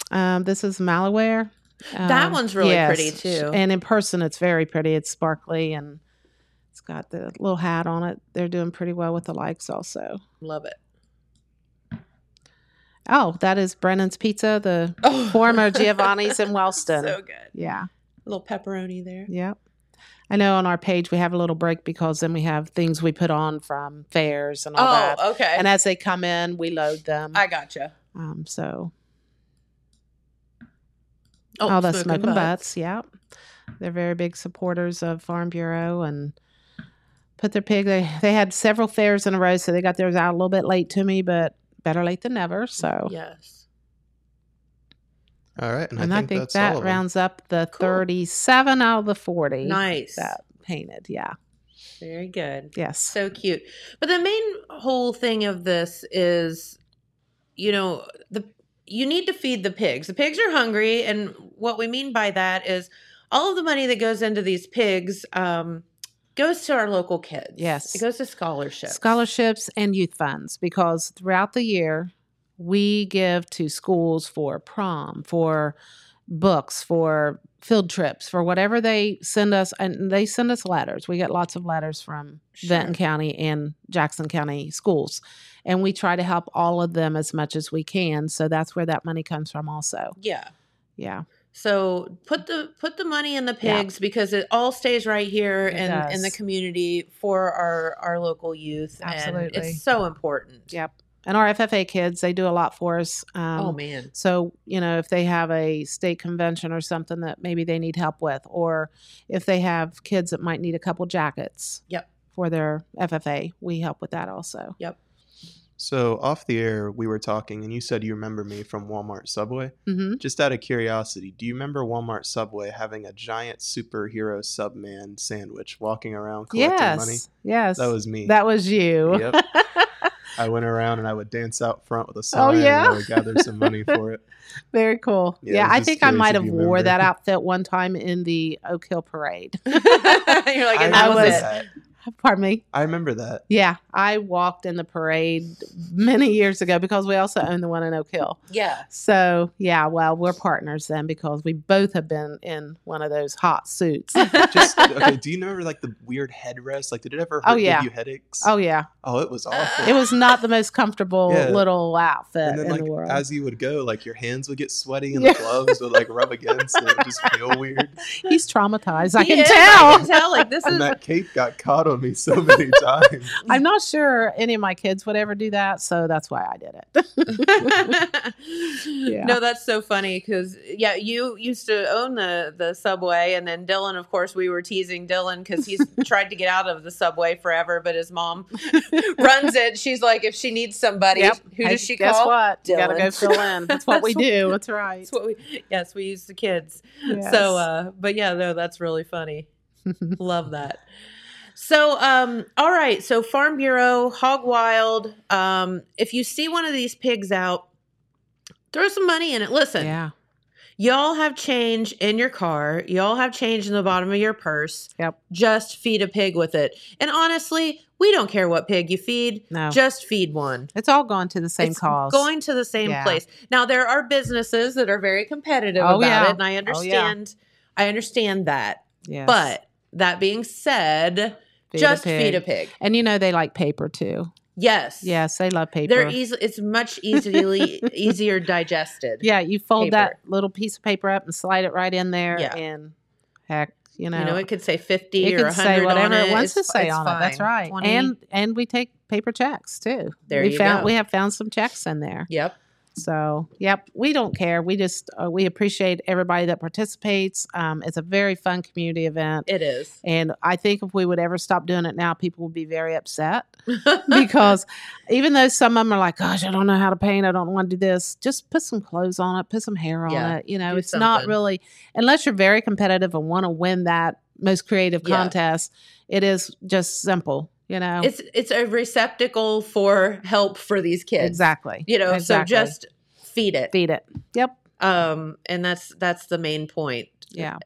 [SPEAKER 3] Um, this is Malaware.
[SPEAKER 2] That
[SPEAKER 3] Um,
[SPEAKER 2] one's really pretty, too.
[SPEAKER 3] And in person, it's very pretty. It's sparkly and it's got the little hat on it. They're doing pretty well with the likes, also.
[SPEAKER 2] Love it.
[SPEAKER 3] Oh, that is Brennan's Pizza, the
[SPEAKER 2] Oh.
[SPEAKER 3] former Giovanni's in Wellston.
[SPEAKER 2] so good.
[SPEAKER 3] yeah,
[SPEAKER 2] little pepperoni there.
[SPEAKER 3] yep. I know on our page we have a little break because then we have things we put on from fairs and all that.
[SPEAKER 2] oh, okay.
[SPEAKER 3] And as they come in, we load them.
[SPEAKER 2] I gotcha.
[SPEAKER 3] um, so
[SPEAKER 2] Oh,
[SPEAKER 3] all the
[SPEAKER 2] smoking
[SPEAKER 3] smoking butts. Yep, they're very big supporters of Farm Bureau and put their pig. They they had several fairs in a row, so they got theirs out a little bit late to me, but better late than never. So,
[SPEAKER 2] Yes.
[SPEAKER 5] All right, and,
[SPEAKER 3] and
[SPEAKER 5] I think, that's all
[SPEAKER 3] that
[SPEAKER 5] of them.
[SPEAKER 3] rounds up the
[SPEAKER 2] Cool.
[SPEAKER 3] thirty-seven out of the forty
[SPEAKER 2] Nice.
[SPEAKER 3] that painted. Yeah,
[SPEAKER 2] Very good.
[SPEAKER 3] yes,
[SPEAKER 2] So cute. But the main whole thing of this is, you know, the you need to feed the pigs. The pigs are hungry, and what we mean by that is all of the money that goes into these pigs um, goes to our local kids.
[SPEAKER 3] Yes.
[SPEAKER 2] it goes to scholarships.
[SPEAKER 3] scholarships and youth funds because throughout the year we give to schools for prom for books for field trips for whatever they send us and they send us letters we get lots of letters from benton county and jackson county schools and we try to help all of them as much as we can so that's where that money comes from also
[SPEAKER 2] Yeah.
[SPEAKER 3] yeah
[SPEAKER 2] So put the put the money in the
[SPEAKER 3] Yeah.
[SPEAKER 2] pigs because it all stays right here
[SPEAKER 3] It
[SPEAKER 2] and in the
[SPEAKER 3] does.
[SPEAKER 2] community for our our local youth. And
[SPEAKER 3] Absolutely.
[SPEAKER 2] it's so important.
[SPEAKER 3] yep and our ffa kids they do a lot for us um,
[SPEAKER 2] oh man.
[SPEAKER 3] So, you know, if they have a state convention or something that maybe they need help with, or if they have kids that might need a couple jackets
[SPEAKER 2] Yep.
[SPEAKER 3] for their FFA, we help with that also.
[SPEAKER 5] So off the air, we were talking, and you said you remember me from Walmart Subway.
[SPEAKER 3] hmm
[SPEAKER 5] Just out of curiosity, do you remember Walmart Subway having a giant superhero Subman sandwich walking around collecting
[SPEAKER 3] Yes.
[SPEAKER 5] money?
[SPEAKER 3] Yes.
[SPEAKER 5] That was me.
[SPEAKER 3] That was you.
[SPEAKER 5] Yep. I went around and I would dance out front with a
[SPEAKER 3] Oh,
[SPEAKER 5] sign
[SPEAKER 3] yeah?
[SPEAKER 5] and I would gather some money for it.
[SPEAKER 3] Very cool.
[SPEAKER 5] Yeah, I
[SPEAKER 3] Yeah.
[SPEAKER 5] was
[SPEAKER 3] I
[SPEAKER 5] just
[SPEAKER 3] think I
[SPEAKER 5] curious
[SPEAKER 3] might
[SPEAKER 5] if
[SPEAKER 3] have
[SPEAKER 5] you
[SPEAKER 3] wore
[SPEAKER 5] remember.
[SPEAKER 3] that outfit one time in the Oak Hill parade.
[SPEAKER 2] You're like, and that
[SPEAKER 3] I
[SPEAKER 5] remember
[SPEAKER 2] was,
[SPEAKER 3] was-
[SPEAKER 2] it.
[SPEAKER 5] that.
[SPEAKER 3] Pardon me.
[SPEAKER 5] I remember that.
[SPEAKER 3] Yeah. I walked in the parade many years ago because we also own the one in Oak Hill.
[SPEAKER 2] Yeah.
[SPEAKER 3] So yeah, well, we're partners then because we both have been in one of those hot suits.
[SPEAKER 5] Just okay. Do you remember like the weird headrest? Like, did it ever
[SPEAKER 3] Oh,
[SPEAKER 5] hurt-
[SPEAKER 3] yeah.
[SPEAKER 5] give you headaches?
[SPEAKER 3] oh yeah,
[SPEAKER 5] Oh, it was awful.
[SPEAKER 3] it was not the most comfortable
[SPEAKER 5] Yeah.
[SPEAKER 3] little outfit
[SPEAKER 5] and then
[SPEAKER 3] in
[SPEAKER 5] like
[SPEAKER 3] the world.
[SPEAKER 5] as you would go, like your hands would get sweaty and
[SPEAKER 3] Yeah.
[SPEAKER 5] the gloves would like rub against it and just feel weird.
[SPEAKER 3] He's traumatized. I
[SPEAKER 2] He
[SPEAKER 3] can
[SPEAKER 2] is, I
[SPEAKER 3] tell.
[SPEAKER 2] can tell. Like this is
[SPEAKER 5] And that cape got caught on me so many times.
[SPEAKER 3] I'm not sure any of my kids would ever do that, so that's why I did it.
[SPEAKER 2] No, that's so funny because yeah, you used to own the the subway, and then Dylan, of course, we were teasing Dylan because he's tried to get out of the subway forever, but his mom runs it. She's like, if she needs somebody,
[SPEAKER 3] Yep.
[SPEAKER 2] who
[SPEAKER 3] Hey,
[SPEAKER 2] does she
[SPEAKER 3] guess
[SPEAKER 2] call?
[SPEAKER 3] what? You gotta
[SPEAKER 2] Dylan.
[SPEAKER 3] go fill in. That's what we
[SPEAKER 2] That's-
[SPEAKER 3] do. That's right.
[SPEAKER 2] That's what we, yes, we use the kids.
[SPEAKER 3] Yes.
[SPEAKER 2] So, uh, but yeah, no, that's really funny. Love that. So, um, all right. So, Farm Bureau, Hog Wild. Um, if you see one of these pigs out, throw some money in it. Listen,
[SPEAKER 3] yeah.
[SPEAKER 2] y'all have change in your car. Y'all have change in the bottom of your purse.
[SPEAKER 3] Yep.
[SPEAKER 2] Just feed a pig with it. And honestly, we don't care what pig you feed.
[SPEAKER 3] No.
[SPEAKER 2] Just feed one.
[SPEAKER 3] it's all gone to the same
[SPEAKER 2] It's
[SPEAKER 3] cause.
[SPEAKER 2] Going to the same
[SPEAKER 3] Yeah.
[SPEAKER 2] place. Now there are businesses that are very competitive
[SPEAKER 3] Oh,
[SPEAKER 2] about
[SPEAKER 3] yeah.
[SPEAKER 2] it, and I
[SPEAKER 3] Oh, yeah.
[SPEAKER 2] understand. I understand that.
[SPEAKER 3] Yes.
[SPEAKER 2] But that being said,
[SPEAKER 3] Feed a
[SPEAKER 2] just
[SPEAKER 3] pig.
[SPEAKER 2] feed a pig.
[SPEAKER 3] And you know they like paper too.
[SPEAKER 2] Yes.
[SPEAKER 3] Yes, they love paper.
[SPEAKER 2] They're easy. It's much easily easier digested.
[SPEAKER 3] Yeah, you fold that
[SPEAKER 2] paper.
[SPEAKER 3] little piece of paper up and slide it right in there,
[SPEAKER 2] Yeah.
[SPEAKER 3] and heck, you know,
[SPEAKER 2] You know, it could say fifty
[SPEAKER 3] it
[SPEAKER 2] or
[SPEAKER 3] can
[SPEAKER 2] hundred.
[SPEAKER 3] say whatever
[SPEAKER 2] on it.
[SPEAKER 3] it wants
[SPEAKER 2] It's-
[SPEAKER 3] to say
[SPEAKER 2] it's
[SPEAKER 3] on it. That's
[SPEAKER 2] fine.
[SPEAKER 3] right.
[SPEAKER 2] 20.
[SPEAKER 3] And and we take paper checks too.
[SPEAKER 2] There
[SPEAKER 3] we
[SPEAKER 2] you
[SPEAKER 3] found
[SPEAKER 2] go.
[SPEAKER 3] we have found some checks in there.
[SPEAKER 2] yep,
[SPEAKER 3] So yep, we don't care. We just uh, we appreciate everybody that participates. Um, it's a very fun community event.
[SPEAKER 2] it is
[SPEAKER 3] and I think if we would ever stop doing it now, people would be very upset because even though some of them are like, gosh, I don't know how to paint. I don't want to do this. Just put some clothes on it, put some hair on
[SPEAKER 2] Yeah,
[SPEAKER 3] it. You know,
[SPEAKER 2] do
[SPEAKER 3] it's not
[SPEAKER 2] something.
[SPEAKER 3] really, unless you're very competitive and want to win that most creative
[SPEAKER 2] Yeah.
[SPEAKER 3] contest, it is just simple, you know?
[SPEAKER 2] it's it's a receptacle for help for these kids.
[SPEAKER 3] exactly.
[SPEAKER 2] You know, so
[SPEAKER 3] Exactly.
[SPEAKER 2] just feed it.
[SPEAKER 3] feed it. Yep.
[SPEAKER 2] Um, and that's that's the main point.
[SPEAKER 3] Yeah.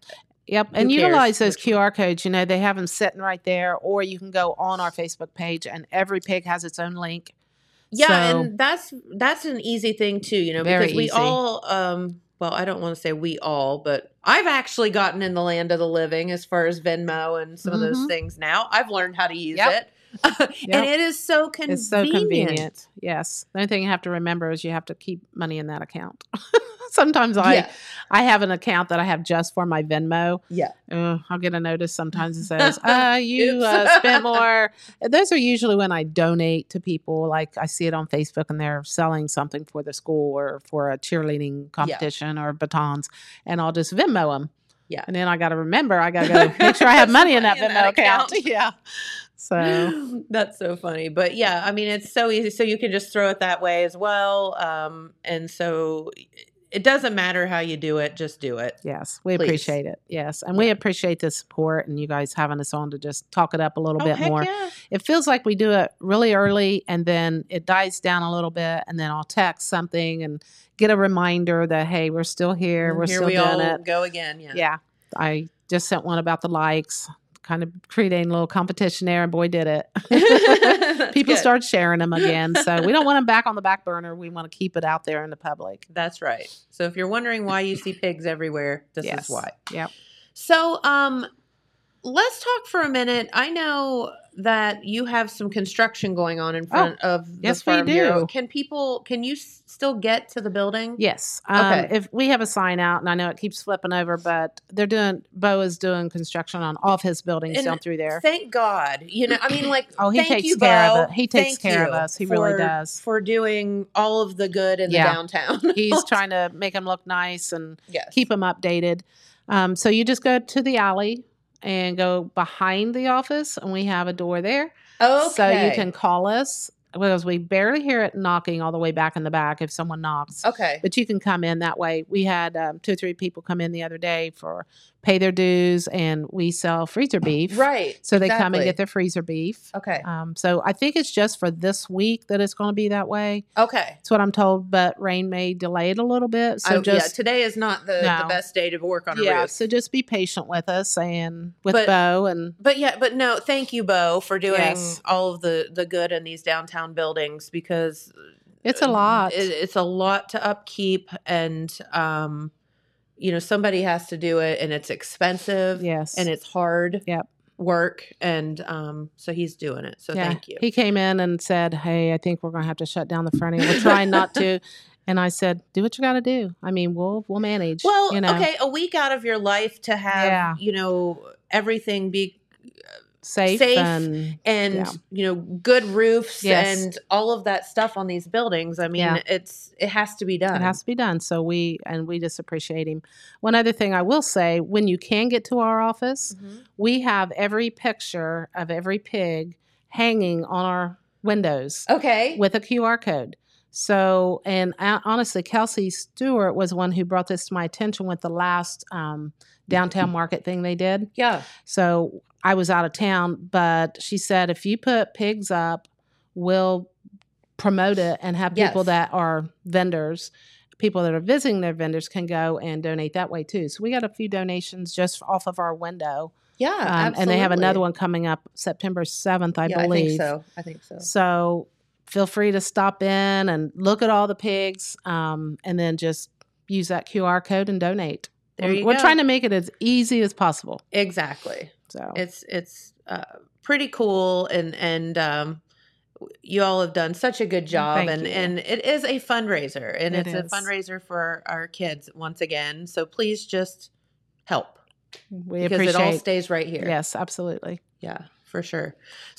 [SPEAKER 3] Yep.
[SPEAKER 2] Who
[SPEAKER 3] And
[SPEAKER 2] cares
[SPEAKER 3] utilize those
[SPEAKER 2] which
[SPEAKER 3] QR codes. You know, they have them sitting right there, or you can go on our Facebook page and every pig has its own link.
[SPEAKER 2] Yeah,
[SPEAKER 3] So-
[SPEAKER 2] and that's that's an easy thing too, you know,
[SPEAKER 3] Very
[SPEAKER 2] because we
[SPEAKER 3] easy.
[SPEAKER 2] all um well, I don't want to say we all, but I've actually gotten in the land of the living as far as Venmo and some of those
[SPEAKER 3] Mhm.
[SPEAKER 2] things now. I've learned how to use
[SPEAKER 3] Yep.
[SPEAKER 2] it.
[SPEAKER 3] Yep.
[SPEAKER 2] And it is so convenient.
[SPEAKER 3] It's so convenient. Yes. The only thing you have to remember is you have to keep money in that account. sometimes I
[SPEAKER 2] Yeah.
[SPEAKER 3] I have an account that I have just for my Venmo.
[SPEAKER 2] Yeah.
[SPEAKER 3] Uh, I'll get a notice sometimes that says, uh, you
[SPEAKER 2] Oops.
[SPEAKER 3] uh, spent more. Those are usually when I donate to people. Like I see it on Facebook and they're selling something for the school or for a cheerleading competition or batons. And I'll just Venmo them.
[SPEAKER 2] Yeah.
[SPEAKER 3] And then I got to remember, I got to go make sure I have
[SPEAKER 2] Some
[SPEAKER 3] money in that
[SPEAKER 2] money
[SPEAKER 3] Venmo
[SPEAKER 2] in that
[SPEAKER 3] account.
[SPEAKER 2] account.
[SPEAKER 3] Yeah. So,
[SPEAKER 2] That's so funny. But yeah, I mean, it's so easy. So you can just throw it that way as well. Um, and so it doesn't matter how you do it, just do it.
[SPEAKER 3] yes, we
[SPEAKER 2] Please.
[SPEAKER 3] appreciate it. Yes. And we appreciate the support and you guys having us on to just talk it up a little
[SPEAKER 2] Oh,
[SPEAKER 3] bit
[SPEAKER 2] heck
[SPEAKER 3] more.
[SPEAKER 2] yeah.
[SPEAKER 3] it feels like we do it really early and then it dies down a little bit and then i'll text something and get a reminder that hey we're still here we're
[SPEAKER 2] Mm, Here
[SPEAKER 3] still
[SPEAKER 2] we
[SPEAKER 3] doing
[SPEAKER 2] all
[SPEAKER 3] it
[SPEAKER 2] go again. Yeah.
[SPEAKER 3] yeah. i just sent one about the likes kind of creating a little competition there and boy did it
[SPEAKER 2] That's
[SPEAKER 3] people
[SPEAKER 2] good.
[SPEAKER 3] start sharing them again so we don't want them back on the back burner we want to keep it out there in the public
[SPEAKER 2] That's right. So if you're wondering why you see pigs everywhere, this
[SPEAKER 3] Yes.
[SPEAKER 2] is why.
[SPEAKER 3] Yep.
[SPEAKER 2] So um let's talk for a minute. I know that you have some construction going on in front of the
[SPEAKER 3] Oh, yes, we
[SPEAKER 2] Farm Bureau.
[SPEAKER 3] do.
[SPEAKER 2] Can people can you s- still get to the building?
[SPEAKER 3] Yes. Um,
[SPEAKER 2] Okay.
[SPEAKER 3] If we have a sign out, and I know it keeps flipping over, but they're doing, Bo is doing construction on all of his buildings
[SPEAKER 2] And
[SPEAKER 3] down through there.
[SPEAKER 2] Thank God. You know, I mean like
[SPEAKER 3] Oh, he
[SPEAKER 2] thank
[SPEAKER 3] takes
[SPEAKER 2] you,
[SPEAKER 3] care of
[SPEAKER 2] Bo.
[SPEAKER 3] it. He takes
[SPEAKER 2] Thank
[SPEAKER 3] care of
[SPEAKER 2] you
[SPEAKER 3] us. He really
[SPEAKER 2] for-
[SPEAKER 3] does.
[SPEAKER 2] For doing all of the good in
[SPEAKER 3] Yeah.
[SPEAKER 2] the downtown.
[SPEAKER 3] He's trying to make them look nice and
[SPEAKER 2] yes.
[SPEAKER 3] keep them updated. Um, so you just go to the alley and go behind the office, and we have a door there.
[SPEAKER 2] okay.
[SPEAKER 3] So you can call us because we barely hear it knocking all the way back in the back if someone knocks.
[SPEAKER 2] Okay.
[SPEAKER 3] But you can come in that way. We had um, two or three people come in the other day for pay their dues, and we sell freezer beef.
[SPEAKER 2] Right.
[SPEAKER 3] So they come and
[SPEAKER 2] exactly.
[SPEAKER 3] get their freezer beef.
[SPEAKER 2] Okay.
[SPEAKER 3] Um, so I think it's just for this week that it's going to be that way.
[SPEAKER 2] Okay.
[SPEAKER 3] That's what I'm told, but rain may delay it a little bit. So
[SPEAKER 2] I- Oh, yeah,
[SPEAKER 3] just
[SPEAKER 2] today is not the,
[SPEAKER 3] No.
[SPEAKER 2] the best day to work on a
[SPEAKER 3] yeah,
[SPEAKER 2] roof.
[SPEAKER 3] so just be patient with us and with
[SPEAKER 2] But-
[SPEAKER 3] Bo and
[SPEAKER 2] But yeah, but no, thank you, Bo, for doing
[SPEAKER 3] Yes.
[SPEAKER 2] all of the the good in these downtown buildings because
[SPEAKER 3] it's a lot.
[SPEAKER 2] uh, It, it's a lot to upkeep, and um, you know somebody has to do it, and it's expensive,
[SPEAKER 3] yes,
[SPEAKER 2] and it's hard,
[SPEAKER 3] Yep.
[SPEAKER 2] work, and um, so he's doing it. So thank you.
[SPEAKER 3] He came in and said, "Hey, I think we're going to have to shut down the front end. We're trying not to." And I said, "Do what you got to do. I mean, we'll we'll manage."
[SPEAKER 2] Well,
[SPEAKER 3] you know,
[SPEAKER 2] okay, a week out of your life to have
[SPEAKER 3] Yeah.
[SPEAKER 2] you know everything be
[SPEAKER 3] safe,
[SPEAKER 2] safe
[SPEAKER 3] and
[SPEAKER 2] and
[SPEAKER 3] Yeah.
[SPEAKER 2] you know good roofs
[SPEAKER 3] Yes.
[SPEAKER 2] and all of that stuff on these buildings i mean
[SPEAKER 3] Yeah.
[SPEAKER 2] it's it has to be done
[SPEAKER 3] it has to be done. So we and we just appreciate him. One other thing I will say: when you can get to our office,
[SPEAKER 2] Mm-hmm.
[SPEAKER 3] we have every picture of every pig hanging on our windows
[SPEAKER 2] okay
[SPEAKER 3] with a QR code. So, and uh, honestly, Kelsey Stewart was one who brought this to my attention with the last um, downtown market thing they did.
[SPEAKER 2] yeah
[SPEAKER 3] So I was out of town, but she said if you put pigs up, we'll promote it and have people
[SPEAKER 2] Yes.
[SPEAKER 3] that are vendors, people that are visiting their vendors can go and donate that way too. So we got a few donations just off of our window.
[SPEAKER 2] yeah
[SPEAKER 3] Um, and they have another
[SPEAKER 2] absolutely.
[SPEAKER 3] one coming up September 7th, I
[SPEAKER 2] yeah,
[SPEAKER 3] believe.
[SPEAKER 2] i think so i think so
[SPEAKER 3] So feel free to stop in and look at all the pigs um, and then just use that QR code and donate.
[SPEAKER 2] There
[SPEAKER 3] We're-
[SPEAKER 2] you
[SPEAKER 3] We're
[SPEAKER 2] go.
[SPEAKER 3] trying to make it as easy as possible.
[SPEAKER 2] exactly
[SPEAKER 3] So
[SPEAKER 2] it's it's uh, pretty cool and and um you all have done such a good job
[SPEAKER 3] Mm, Thank
[SPEAKER 2] and
[SPEAKER 3] you.
[SPEAKER 2] and it is a fundraiser and
[SPEAKER 3] It
[SPEAKER 2] it's
[SPEAKER 3] is.
[SPEAKER 2] a fundraiser for our kids once again so please just help
[SPEAKER 3] we
[SPEAKER 2] because
[SPEAKER 3] appreciate
[SPEAKER 2] it all stays right here
[SPEAKER 3] Yes, absolutely.
[SPEAKER 2] Yeah, for sure.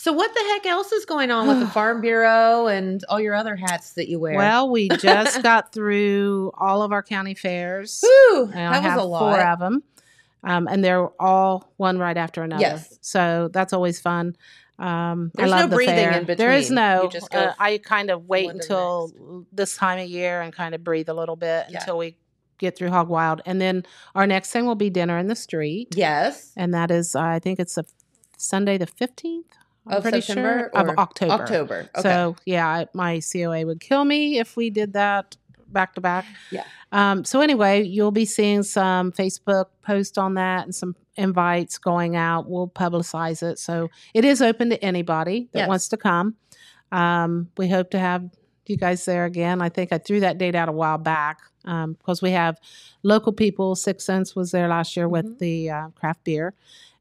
[SPEAKER 2] So what the heck else is going on with the Farm Bureau and all your other hats that you wear?
[SPEAKER 3] Well, we just got through all of our county fairs.
[SPEAKER 2] Whew,
[SPEAKER 3] And I
[SPEAKER 2] that was
[SPEAKER 3] have
[SPEAKER 2] a lot.
[SPEAKER 3] Four of them, um, and they're all one right after another.
[SPEAKER 2] Yes.
[SPEAKER 3] So that's always fun. Um,
[SPEAKER 2] There's
[SPEAKER 3] I
[SPEAKER 2] no
[SPEAKER 3] love the
[SPEAKER 2] breathing
[SPEAKER 3] fair.
[SPEAKER 2] in
[SPEAKER 3] There is
[SPEAKER 2] between.
[SPEAKER 3] no.
[SPEAKER 2] You just go
[SPEAKER 3] uh, I kind of wait
[SPEAKER 2] one to the
[SPEAKER 3] until this time of year and kind of breathe a little bit
[SPEAKER 2] Yeah.
[SPEAKER 3] until we get through Hog Wild, and then our next thing will be dinner in the street,
[SPEAKER 2] yes,
[SPEAKER 3] and that is uh, I think it's the Sunday the fifteenth. I'm
[SPEAKER 2] Of
[SPEAKER 3] pretty
[SPEAKER 2] September
[SPEAKER 3] sure of
[SPEAKER 2] or
[SPEAKER 3] October.
[SPEAKER 2] October. Okay.
[SPEAKER 3] So yeah, I, my COA would kill me if we did that back to back.
[SPEAKER 2] Yeah.
[SPEAKER 3] Um, so anyway, you'll be seeing some Facebook post on that and some invites going out. We'll publicize it. So it is open to anybody that
[SPEAKER 2] Yes.
[SPEAKER 3] wants to come. Um, we hope to have you guys there again. I think I threw that date out a while back because we have local people. Six Sense was there last year with
[SPEAKER 2] Mhm.
[SPEAKER 3] the uh, craft beer.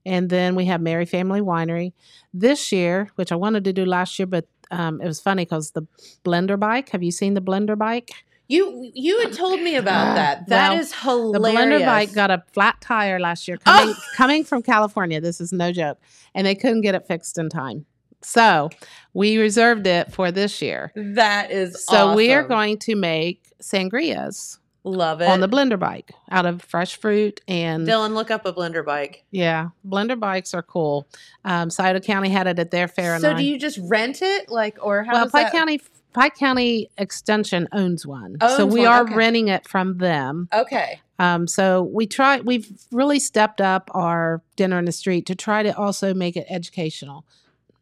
[SPEAKER 3] And then we have Mary Family Winery this year, which I wanted to do last year, but um, it was funny because the blender bike. Have you seen the blender bike?
[SPEAKER 2] You you had told me about that. That
[SPEAKER 3] Well,
[SPEAKER 2] is
[SPEAKER 3] The
[SPEAKER 2] hilarious.
[SPEAKER 3] blender bike got a flat tire last year
[SPEAKER 2] Oh!
[SPEAKER 3] coming, coming from California. This is no joke. And they couldn't get it fixed in time. So we reserved it for this year.
[SPEAKER 2] that is
[SPEAKER 3] So we are
[SPEAKER 2] awesome.
[SPEAKER 3] going to make sangrias
[SPEAKER 2] love it
[SPEAKER 3] on the blender bike out of fresh fruit and
[SPEAKER 2] Dylan, look up a blender bike.
[SPEAKER 3] yeah, blender bikes are cool. Um, Scioto County had it at their fair. and
[SPEAKER 2] so
[SPEAKER 3] I-
[SPEAKER 2] do you just rent it, like, or how?
[SPEAKER 3] well,
[SPEAKER 2] does
[SPEAKER 3] Pike
[SPEAKER 2] that-
[SPEAKER 3] County Pike County Extension owns one, so
[SPEAKER 2] Owns
[SPEAKER 3] we
[SPEAKER 2] one,
[SPEAKER 3] are
[SPEAKER 2] okay.
[SPEAKER 3] renting it from them.
[SPEAKER 2] Okay,
[SPEAKER 3] Um, so we try. We've really stepped up our dinner in the street to try to also make it educational.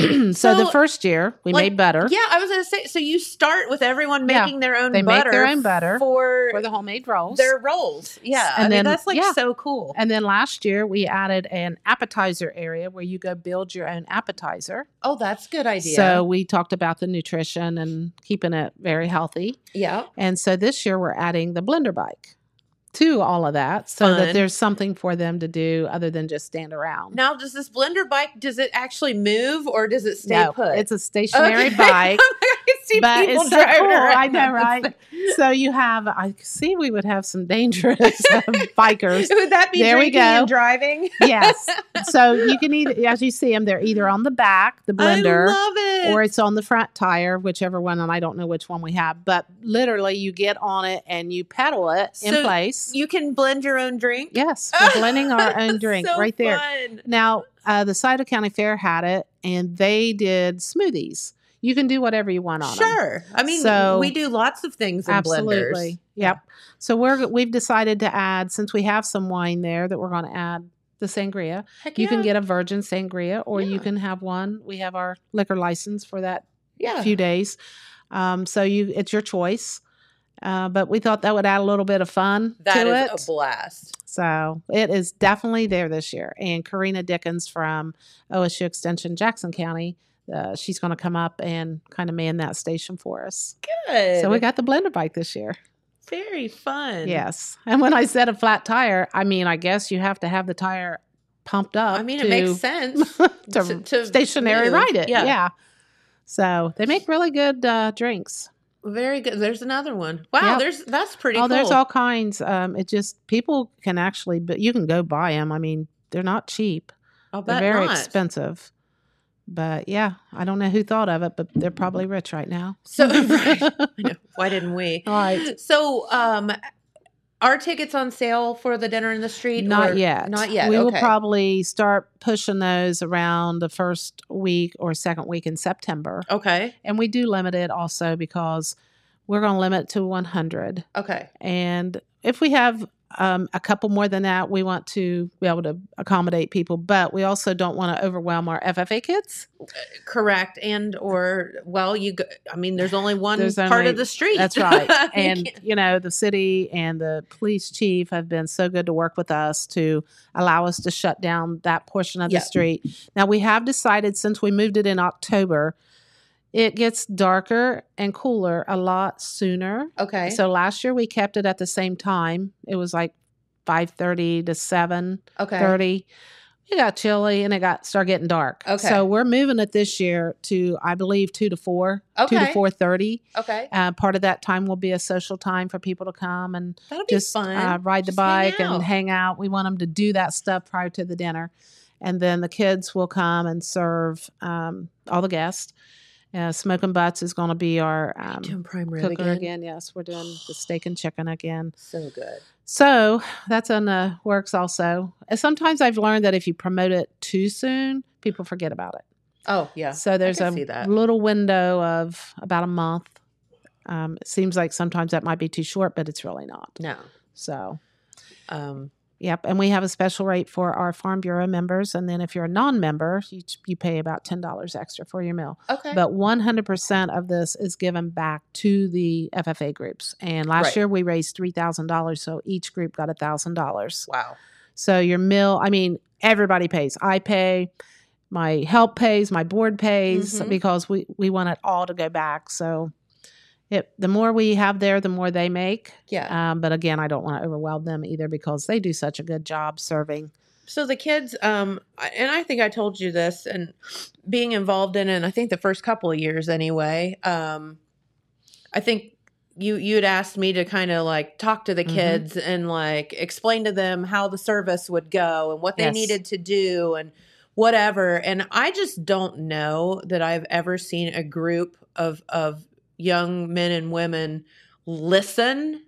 [SPEAKER 3] so, the
[SPEAKER 2] So,
[SPEAKER 3] first year we
[SPEAKER 2] like,
[SPEAKER 3] made butter
[SPEAKER 2] yeah, I was gonna say. So you start with everyone
[SPEAKER 3] Yeah.
[SPEAKER 2] making their own
[SPEAKER 3] They make
[SPEAKER 2] butter.
[SPEAKER 3] their own butter
[SPEAKER 2] for,
[SPEAKER 3] for the homemade rolls,
[SPEAKER 2] their rolls. Yeah,
[SPEAKER 3] And
[SPEAKER 2] I
[SPEAKER 3] then-
[SPEAKER 2] mean that's like
[SPEAKER 3] yeah.
[SPEAKER 2] so cool.
[SPEAKER 3] and then last year we added an appetizer area where you go build your own appetizer.
[SPEAKER 2] Oh, that's a good idea.
[SPEAKER 3] So we talked about the nutrition and keeping it very healthy.
[SPEAKER 2] yeah,
[SPEAKER 3] And so this year we're adding the blender bike to all of that so that
[SPEAKER 2] Fun.
[SPEAKER 3] there's something for them to do other than just stand around.
[SPEAKER 2] now does this blender bike? Does it actually move or does it stay
[SPEAKER 3] No,
[SPEAKER 2] put?
[SPEAKER 3] It's a stationary
[SPEAKER 2] I
[SPEAKER 3] bike.
[SPEAKER 2] can see
[SPEAKER 3] but
[SPEAKER 2] people
[SPEAKER 3] it's so
[SPEAKER 2] driving
[SPEAKER 3] cool.
[SPEAKER 2] around
[SPEAKER 3] I know,
[SPEAKER 2] that
[SPEAKER 3] right?
[SPEAKER 2] thing.
[SPEAKER 3] so you have, I see we would have some dangerous um, bikers.
[SPEAKER 2] Would that be
[SPEAKER 3] There we
[SPEAKER 2] drinking and
[SPEAKER 3] go.
[SPEAKER 2] driving?
[SPEAKER 3] Yes. So you can either, as you see them, they're either on the back, the blender,
[SPEAKER 2] I love it.
[SPEAKER 3] or it's on the front tire, whichever one, and I don't know which one we have, but literally you get on it and you pedal it in
[SPEAKER 2] So
[SPEAKER 3] place.
[SPEAKER 2] you can blend your own drink.
[SPEAKER 3] yes, we're blending our own drink
[SPEAKER 2] So
[SPEAKER 3] right there.
[SPEAKER 2] fun.
[SPEAKER 3] Now, uh, the Saida County Fair had it, and they did smoothies. You can do whatever you want on 'em.
[SPEAKER 2] Sure. I mean,
[SPEAKER 3] So-
[SPEAKER 2] we do lots of things in blenders.
[SPEAKER 3] Absolutely. Yep. So we're we've decided to add since we have some wine there that we're going to add the sangria.
[SPEAKER 2] Heck
[SPEAKER 3] You can
[SPEAKER 2] yeah.
[SPEAKER 3] get a virgin sangria, or you
[SPEAKER 2] Yeah.
[SPEAKER 3] can have one. We have our liquor license for that
[SPEAKER 2] yeah.
[SPEAKER 3] few days. Um, so you, it's your choice. Uh, but we thought that would add a little bit of fun
[SPEAKER 2] That
[SPEAKER 3] to
[SPEAKER 2] is
[SPEAKER 3] it.
[SPEAKER 2] a blast.
[SPEAKER 3] So it is definitely there this year. And Karina Dickens from OSU Extension Jackson County, uh, she's going to come up and kind of man that station for us.
[SPEAKER 2] Good.
[SPEAKER 3] So we got the blender bike this year.
[SPEAKER 2] very fun.
[SPEAKER 3] Yes. And when I said a flat tire, I mean, I guess you have to have the tire pumped up.
[SPEAKER 2] I mean,
[SPEAKER 3] to-
[SPEAKER 2] it makes sense
[SPEAKER 3] to, stationary
[SPEAKER 2] move.
[SPEAKER 3] ride it. Yeah.
[SPEAKER 2] Yeah.
[SPEAKER 3] So they make really good uh, drinks.
[SPEAKER 2] Very good. There's another one. Wow.
[SPEAKER 3] Yep.
[SPEAKER 2] There's that's pretty.
[SPEAKER 3] oh,
[SPEAKER 2] cool.
[SPEAKER 3] there's all kinds. Um, it just people can actually, but you can go buy them. I mean, they're not cheap.
[SPEAKER 2] I'll
[SPEAKER 3] They're
[SPEAKER 2] bet
[SPEAKER 3] very
[SPEAKER 2] not.
[SPEAKER 3] expensive. But yeah, I don't know who thought of it, but they're probably rich right now.
[SPEAKER 2] So right. I know. Why didn't we?
[SPEAKER 3] Right.
[SPEAKER 2] So um, are tickets on sale for the dinner in the street?
[SPEAKER 3] Not
[SPEAKER 2] or-
[SPEAKER 3] yet.
[SPEAKER 2] Not yet.
[SPEAKER 3] We will
[SPEAKER 2] okay.
[SPEAKER 3] probably start pushing those around the first week or second week in September.
[SPEAKER 2] Okay.
[SPEAKER 3] And we do limit it also because we're going to limit to 100.
[SPEAKER 2] Okay.
[SPEAKER 3] And if we have um, a couple more than that, we want to be able to accommodate people, but we also don't want to overwhelm our FFA kids.
[SPEAKER 2] Correct. And or well, you. Go, I mean, there's only one
[SPEAKER 3] There's
[SPEAKER 2] part
[SPEAKER 3] only-
[SPEAKER 2] of the street.
[SPEAKER 3] That's right.
[SPEAKER 2] You
[SPEAKER 3] and,
[SPEAKER 2] can't-
[SPEAKER 3] you know, the city and the police chief have been so good to work with us to allow us to shut down that portion of
[SPEAKER 2] Yeah.
[SPEAKER 3] the street. Now, we have decided since we moved it in October, it gets darker and cooler a lot sooner.
[SPEAKER 2] okay.
[SPEAKER 3] So last year we kept it at the same time. It was like 5:30 to 7.
[SPEAKER 2] okay.
[SPEAKER 3] 30 it got chilly and it got started getting dark
[SPEAKER 2] Okay.
[SPEAKER 3] so we're moving it this year to i believe 2 to 4 2 to
[SPEAKER 2] Okay.
[SPEAKER 3] 4.30
[SPEAKER 2] Okay.
[SPEAKER 3] uh, part of that time will be a social time for people to come and
[SPEAKER 2] That'll be
[SPEAKER 3] just
[SPEAKER 2] fun.
[SPEAKER 3] uh, ride the
[SPEAKER 2] Just hang
[SPEAKER 3] bike and
[SPEAKER 2] out.
[SPEAKER 3] hang out we want them to do that stuff prior to the dinner and then the kids will come and serve um, all the guests uh, smoking butts is going to be our um,
[SPEAKER 2] Doing prime rib
[SPEAKER 3] cooker
[SPEAKER 2] again.
[SPEAKER 3] again. yes we're doing the steak and chicken again
[SPEAKER 2] So good.
[SPEAKER 3] so that's in the works also. And sometimes I've learned that if you promote it too soon, people forget about it.
[SPEAKER 2] Oh yeah.
[SPEAKER 3] so there's
[SPEAKER 2] can
[SPEAKER 3] a
[SPEAKER 2] see that.
[SPEAKER 3] little window of about a month. Um, it seems like sometimes that might be too short, but it's really not.
[SPEAKER 2] No.
[SPEAKER 3] So
[SPEAKER 2] Um,
[SPEAKER 3] Yep, and we have a special rate for our Farm Bureau members, and then if you're a non-member, you you pay about ten dollars extra for your meal.
[SPEAKER 2] Okay.
[SPEAKER 3] But 100% of this is given back to the FFA groups. And last
[SPEAKER 2] Right.
[SPEAKER 3] year we raised $3,000, so each group got $1,000.
[SPEAKER 2] wow.
[SPEAKER 3] So your meal, I mean, everybody pays. I pay, my help pays, my board pays
[SPEAKER 2] Mhm.
[SPEAKER 3] because we we want it all to go back. So it, the more we have there, the more they make.
[SPEAKER 2] Yeah.
[SPEAKER 3] Um, but again, I don't want to overwhelm them either because they do such a good job serving.
[SPEAKER 2] So the kids, um, I- and I think I told you this, and being involved in it, and I think the first couple of years anyway, um, I think you you'd asked me to kind of like talk to the
[SPEAKER 3] Mhm.
[SPEAKER 2] kids and like explain to them how the service would go and what they
[SPEAKER 3] Yes.
[SPEAKER 2] needed to do and whatever. And I just don't know that I've ever seen a group of of young men and women listen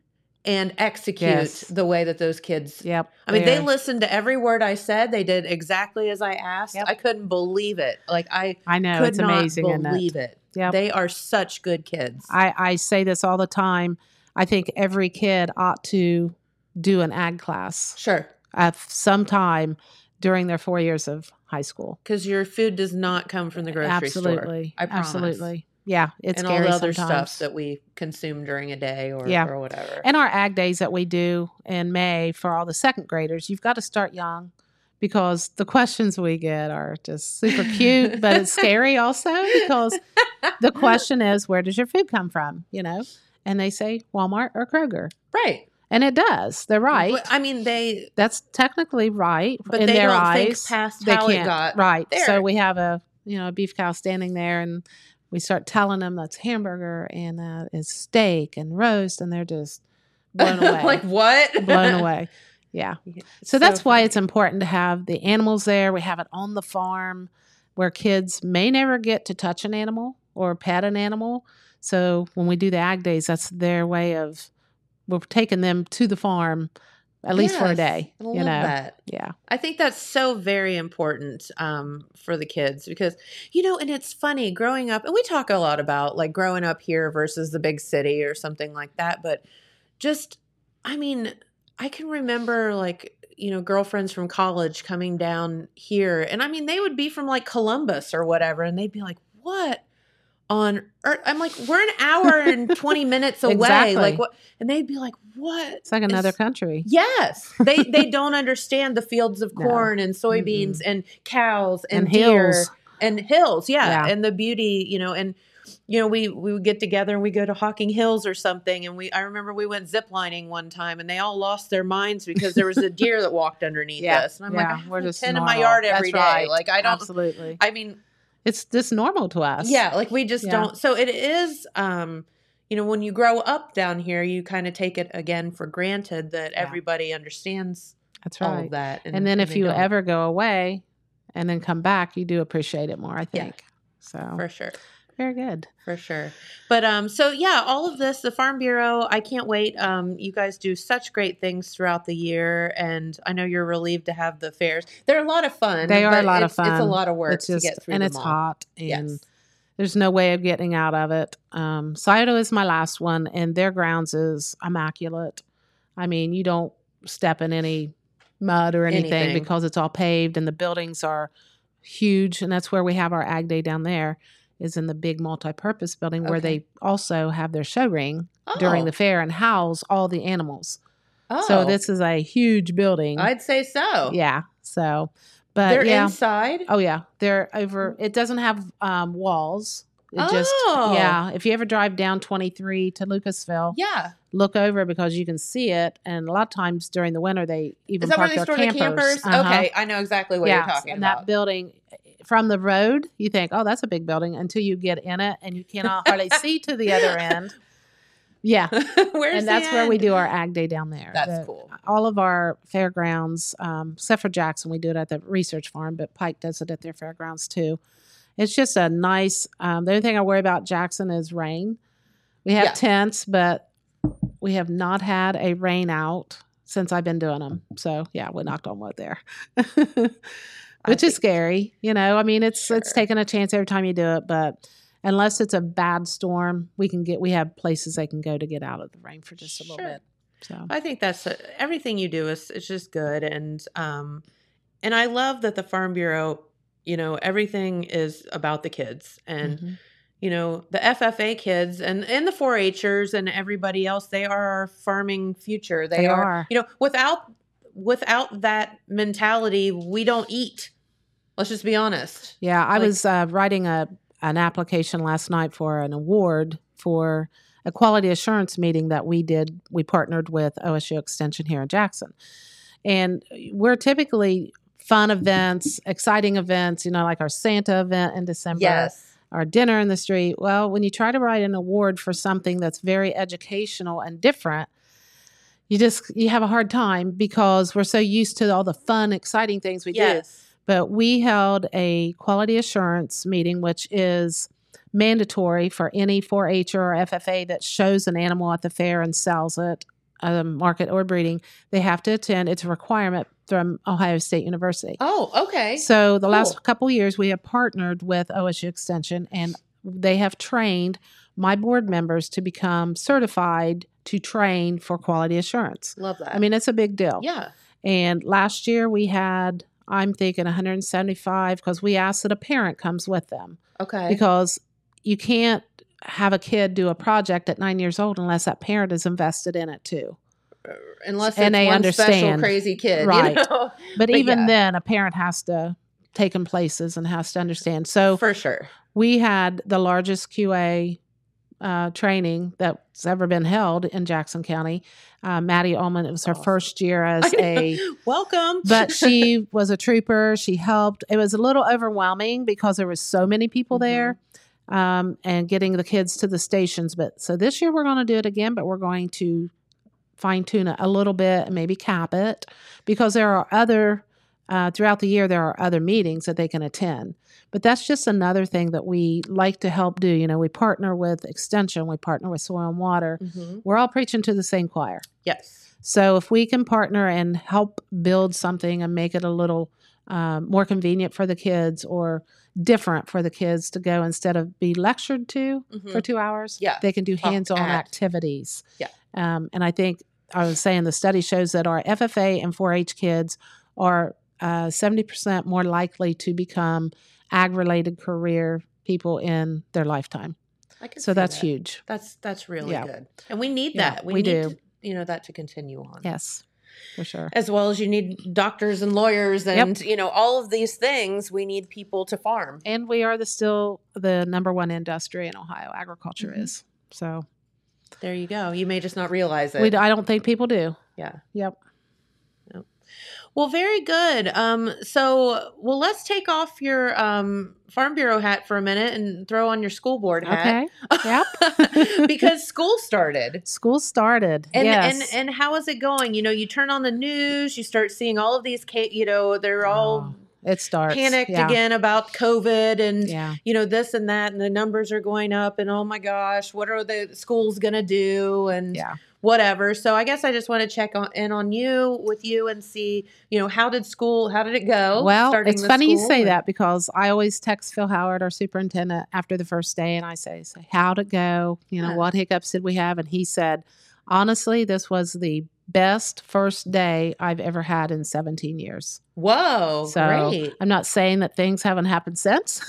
[SPEAKER 2] and execute
[SPEAKER 3] Yes.
[SPEAKER 2] the way that those kids
[SPEAKER 3] Yep.
[SPEAKER 2] I mean, they
[SPEAKER 3] they're-
[SPEAKER 2] listened to every word I said. They did exactly as I asked.
[SPEAKER 3] Yep.
[SPEAKER 2] I couldn't believe it. Like I
[SPEAKER 3] I know
[SPEAKER 2] could
[SPEAKER 3] it's
[SPEAKER 2] not
[SPEAKER 3] amazing. isn't it?
[SPEAKER 2] believe it.
[SPEAKER 3] Yep.
[SPEAKER 2] They are such good kids.
[SPEAKER 3] I, I say this all the time. I think every kid ought to do an ag class
[SPEAKER 2] sure,
[SPEAKER 3] at some time during their four years of high school.
[SPEAKER 2] because your food does not come from the grocery store.
[SPEAKER 3] absolutely,
[SPEAKER 2] I promise.
[SPEAKER 3] absolutely, yeah. It's
[SPEAKER 2] and all
[SPEAKER 3] scary
[SPEAKER 2] the other
[SPEAKER 3] sometimes.
[SPEAKER 2] stuff that we consume during a day or,
[SPEAKER 3] Yeah.
[SPEAKER 2] or whatever.
[SPEAKER 3] and our ag days that we do in May for all the second graders, you've got to start young because the questions we get are just super cute, but it's scary also because the question is, where does your food come from? You know, and they say Walmart or Kroger,
[SPEAKER 2] right,
[SPEAKER 3] and it does. They're right.
[SPEAKER 2] But, I mean, they.
[SPEAKER 3] That's technically right,
[SPEAKER 2] But
[SPEAKER 3] in
[SPEAKER 2] they
[SPEAKER 3] their
[SPEAKER 2] don't
[SPEAKER 3] eyes,
[SPEAKER 2] think past
[SPEAKER 3] they
[SPEAKER 2] how
[SPEAKER 3] can't.
[SPEAKER 2] it got.
[SPEAKER 3] right. So
[SPEAKER 2] there.
[SPEAKER 3] we have a you know a beef cow standing there, and we start telling them that's hamburger and that is steak and roast, and they're just blown away,
[SPEAKER 2] like what?
[SPEAKER 3] blown away. Yeah. So, that's why it's important to have the animals there. We have it on the farm where kids may never get to touch an animal or pet an animal. So when we do the ag days, that's their way of we're taking them to the farm at least for a
[SPEAKER 2] Yes,
[SPEAKER 3] day.
[SPEAKER 2] I
[SPEAKER 3] you
[SPEAKER 2] love
[SPEAKER 3] know.
[SPEAKER 2] that.
[SPEAKER 3] Yeah.
[SPEAKER 2] I think that's so very important um, for the kids because, you know, and it's funny growing up, and we talk a lot about like growing up here versus the big city or something like that. But just, I mean, I can remember like, you know, girlfriends from college coming down here. And I mean, they would be from like Columbus or whatever. And they'd be like, what on earth? I'm like, we're an hour and 20 minutes away.
[SPEAKER 3] Exactly.
[SPEAKER 2] Like, what? And they'd be like, what?
[SPEAKER 3] It's like another
[SPEAKER 2] It's-
[SPEAKER 3] country.
[SPEAKER 2] Yes, they they don't understand the fields of
[SPEAKER 3] No.
[SPEAKER 2] corn and soybeans and cows and,
[SPEAKER 3] And
[SPEAKER 2] deer
[SPEAKER 3] hills.
[SPEAKER 2] and hills. Yeah.
[SPEAKER 3] Yeah.
[SPEAKER 2] and the beauty, you know, and you know, we we would get together and we go to Hawking Hills or something. And we I remember we went ziplining one time and they all lost their minds because there was a deer that walked underneath
[SPEAKER 3] Yeah,
[SPEAKER 2] us. And I'm
[SPEAKER 3] yeah,
[SPEAKER 2] like, I
[SPEAKER 3] we're
[SPEAKER 2] we're
[SPEAKER 3] just
[SPEAKER 2] just ten in my
[SPEAKER 3] normal.
[SPEAKER 2] yard
[SPEAKER 3] That's
[SPEAKER 2] every day.
[SPEAKER 3] right.
[SPEAKER 2] Like I don't.
[SPEAKER 3] Absolutely.
[SPEAKER 2] I mean,
[SPEAKER 3] it's just normal to us.
[SPEAKER 2] yeah, like we just
[SPEAKER 3] Yeah.
[SPEAKER 2] don't. So it is, um, you know, when you grow up down here, you kind of take it again for granted that
[SPEAKER 3] Yeah.
[SPEAKER 2] everybody understands
[SPEAKER 3] That's
[SPEAKER 2] all
[SPEAKER 3] right.
[SPEAKER 2] of that.
[SPEAKER 3] and, Oh, then if
[SPEAKER 2] they
[SPEAKER 3] you
[SPEAKER 2] don't,
[SPEAKER 3] ever go away and then come back, you do appreciate it more, I
[SPEAKER 2] Yeah.
[SPEAKER 3] think. So
[SPEAKER 2] for sure,
[SPEAKER 3] very good.
[SPEAKER 2] for sure. But um, so yeah, all of this, the Farm Bureau, I can't wait. Um, you guys do such great things throughout the year, and I know you're relieved to have the fairs. They're a lot of fun.
[SPEAKER 3] They are a
[SPEAKER 2] but
[SPEAKER 3] lot of
[SPEAKER 2] it's- It's a
[SPEAKER 3] fun.
[SPEAKER 2] lot of work
[SPEAKER 3] it's just
[SPEAKER 2] to get through
[SPEAKER 3] and
[SPEAKER 2] them
[SPEAKER 3] it's
[SPEAKER 2] all.
[SPEAKER 3] hot
[SPEAKER 2] Yes.
[SPEAKER 3] and there's no way of getting out of it um Scioto is my last one and their grounds is immaculate i mean you don't step in any mud or anything,
[SPEAKER 2] Anything.
[SPEAKER 3] because it's all paved and the buildings are huge and that's where we have our ag day down there is in the big multi-purpose building where
[SPEAKER 2] Okay.
[SPEAKER 3] they also have their show ring during
[SPEAKER 2] Oh,
[SPEAKER 3] the fair and house all the animals
[SPEAKER 2] oh,
[SPEAKER 3] so this is a huge building
[SPEAKER 2] I'd say so.
[SPEAKER 3] yeah so but
[SPEAKER 2] they're
[SPEAKER 3] yeah
[SPEAKER 2] inside.
[SPEAKER 3] Oh yeah, they're over. It doesn't have um, walls. It just
[SPEAKER 2] Mm. Oh.
[SPEAKER 3] yeah. If you ever drive down 23 to Lucasville,
[SPEAKER 2] yeah.
[SPEAKER 3] look over because you can see it. And a lot of times during the winter, they even
[SPEAKER 2] Is that where
[SPEAKER 3] park
[SPEAKER 2] they
[SPEAKER 3] their
[SPEAKER 2] store
[SPEAKER 3] campers.
[SPEAKER 2] the campers?
[SPEAKER 3] Uh-huh.
[SPEAKER 2] Okay, I know exactly what
[SPEAKER 3] yeah,
[SPEAKER 2] you're talking
[SPEAKER 3] and that
[SPEAKER 2] about.
[SPEAKER 3] building from the road, you think, oh, that's a big building, until you get in it and you cannot hardly see to the other end. Yeah,
[SPEAKER 2] Where's the
[SPEAKER 3] and that's where we
[SPEAKER 2] end?
[SPEAKER 3] do our ag day down there.
[SPEAKER 2] That's
[SPEAKER 3] The-
[SPEAKER 2] cool.
[SPEAKER 3] all of our fairgrounds, um, except for Jackson, we do it at the research farm, but Pike does it at their fairgrounds too. It's just a nice. Um, the only thing I worry about Jackson is rain. We have
[SPEAKER 2] Yeah.
[SPEAKER 3] tents, but we have not had a rain out since I've been doing them. So yeah, we knocked on wood there, which
[SPEAKER 2] think-
[SPEAKER 3] is scary. You know, I mean, it's it's
[SPEAKER 2] Sure.
[SPEAKER 3] taking a chance every time you do it, but unless it's a bad storm, we can get we have places they can go to get out of the rain for just a little
[SPEAKER 2] Sure.
[SPEAKER 3] bit. So
[SPEAKER 2] I think that's everything you do is it's just good and um and I love that the farm bureau, you know, everything is about the kids and
[SPEAKER 3] mhm.
[SPEAKER 2] you know, the FFA kids and and the 4-Hers and everybody else they are our farming future. They,
[SPEAKER 3] They
[SPEAKER 2] are,
[SPEAKER 3] are.
[SPEAKER 2] you know, without without that mentality, we don't eat. Let's just be honest.
[SPEAKER 3] yeah, I
[SPEAKER 2] like-
[SPEAKER 3] was uh, writing a an application last night for an award for a quality assurance meeting that we did. We partnered with OSU Extension here in Jackson, and we're typically fun events, exciting events. You know, like our Santa event in December. our dinner in the street. Well, when you try to write an award for something that's very educational and different, you just you have a hard time because we're so used to all the fun, exciting things we do.
[SPEAKER 2] yes.
[SPEAKER 3] But we held a quality assurance meeting, which is mandatory for any 4-H or FFA that shows an animal at the fair and sells it, um, market or breeding. They have to attend. It's a requirement from Ohio State University.
[SPEAKER 2] Oh, okay.
[SPEAKER 3] So the
[SPEAKER 2] Cool.
[SPEAKER 3] last couple years, we have partnered with OSU Extension, and they have trained my board members to become certified to train for quality assurance.
[SPEAKER 2] Love that.
[SPEAKER 3] I mean, it's a big deal.
[SPEAKER 2] yeah.
[SPEAKER 3] And last year we had, I'm thinking 175 because we asked that a parent comes with them
[SPEAKER 2] Okay.
[SPEAKER 3] because you can't have a kid do a project at nine years old unless that parent is invested in it too.
[SPEAKER 2] Unless
[SPEAKER 3] and
[SPEAKER 2] it's
[SPEAKER 3] they
[SPEAKER 2] one special
[SPEAKER 3] understand.
[SPEAKER 2] crazy kid,
[SPEAKER 3] Right.
[SPEAKER 2] you know?
[SPEAKER 3] But,
[SPEAKER 2] But
[SPEAKER 3] even
[SPEAKER 2] yeah.
[SPEAKER 3] then, a parent has to take them places and has to understand. So
[SPEAKER 2] for sure.
[SPEAKER 3] we had the largest QA uh, training that's ever been held in Jackson County. Uh, Maddie Ullman, it was her
[SPEAKER 2] Awesome.
[SPEAKER 3] first year as
[SPEAKER 2] I know.
[SPEAKER 3] a,
[SPEAKER 2] Welcome.
[SPEAKER 3] but she was a trooper. She helped. It was a little overwhelming because there was so many people there um, and getting the kids to the stations. But so this year we're going to do it again, but we're going to fine tune it a little bit and maybe cap it because there are other uh, throughout the year there are other meetings that they can attend but that's just another thing that we like to help do you know we partner with extension we partner with soil and water
[SPEAKER 2] Mhm.
[SPEAKER 3] we're all preaching to the same choir
[SPEAKER 2] Yes.
[SPEAKER 3] so if we can partner and help build something and make it a little um, more convenient for the kids or different for the kids to go instead of be lectured to
[SPEAKER 2] Mhm.
[SPEAKER 3] for two hours,
[SPEAKER 2] Yeah.
[SPEAKER 3] they can do
[SPEAKER 2] Talked
[SPEAKER 3] hands-on
[SPEAKER 2] at.
[SPEAKER 3] activities.
[SPEAKER 2] Yeah.
[SPEAKER 3] Um, and I think I was saying the study shows that our FFA and 4-H kids are uh, 70% more likely to become ag-related career people in their lifetime.
[SPEAKER 2] I can
[SPEAKER 3] So
[SPEAKER 2] see
[SPEAKER 3] that's
[SPEAKER 2] that.
[SPEAKER 3] huge.
[SPEAKER 2] That's that's really
[SPEAKER 3] Yeah.
[SPEAKER 2] good. And we need
[SPEAKER 3] Yeah,
[SPEAKER 2] that. We,
[SPEAKER 3] we
[SPEAKER 2] need
[SPEAKER 3] do.
[SPEAKER 2] to- you know that to continue on.
[SPEAKER 3] Yes, for sure.
[SPEAKER 2] As well as you need doctors and lawyers
[SPEAKER 3] Yep.
[SPEAKER 2] and you know all of these things, we need people to farm.
[SPEAKER 3] and we are the still the number one industry in Ohio. Agriculture
[SPEAKER 2] Mhm.
[SPEAKER 3] is so
[SPEAKER 2] There you go. You may just not realize it.
[SPEAKER 3] we, I don't think people do.
[SPEAKER 2] Yeah.
[SPEAKER 3] Yep.
[SPEAKER 2] Well, very good. Um, so, well, let's take off your um, Farm Bureau hat for a minute and throw on your school board hat.
[SPEAKER 3] Okay. Yep.
[SPEAKER 2] because school started.
[SPEAKER 3] School started.
[SPEAKER 2] And,
[SPEAKER 3] yes.
[SPEAKER 2] and and how is it going? You know, you turn on the news, you start seeing all of these, ca- you know, they're all
[SPEAKER 3] it starts.
[SPEAKER 2] panicked
[SPEAKER 3] Ah, yeah.
[SPEAKER 2] again about COVID and
[SPEAKER 3] Yeah.
[SPEAKER 2] you know this and that, and the numbers are going up, and oh my gosh, what are the schools going to do? And
[SPEAKER 3] Yeah.
[SPEAKER 2] whatever. So I guess I just want to check on, in on you with you and see, you know, how did school, how did it go?
[SPEAKER 3] well,
[SPEAKER 2] Oh, starting
[SPEAKER 3] it's
[SPEAKER 2] the
[SPEAKER 3] funny you
[SPEAKER 2] school?
[SPEAKER 3] say that because I always text Phil Howard, our superintendent, after the first day, and I say, say "How'd it go? You know,
[SPEAKER 2] Yeah.
[SPEAKER 3] what hiccups did we have?" And he said, "Honestly, this was the best first day I've ever had in 17 years."
[SPEAKER 2] Whoa,
[SPEAKER 3] So,
[SPEAKER 2] great.
[SPEAKER 3] I'm not saying that things haven't happened since.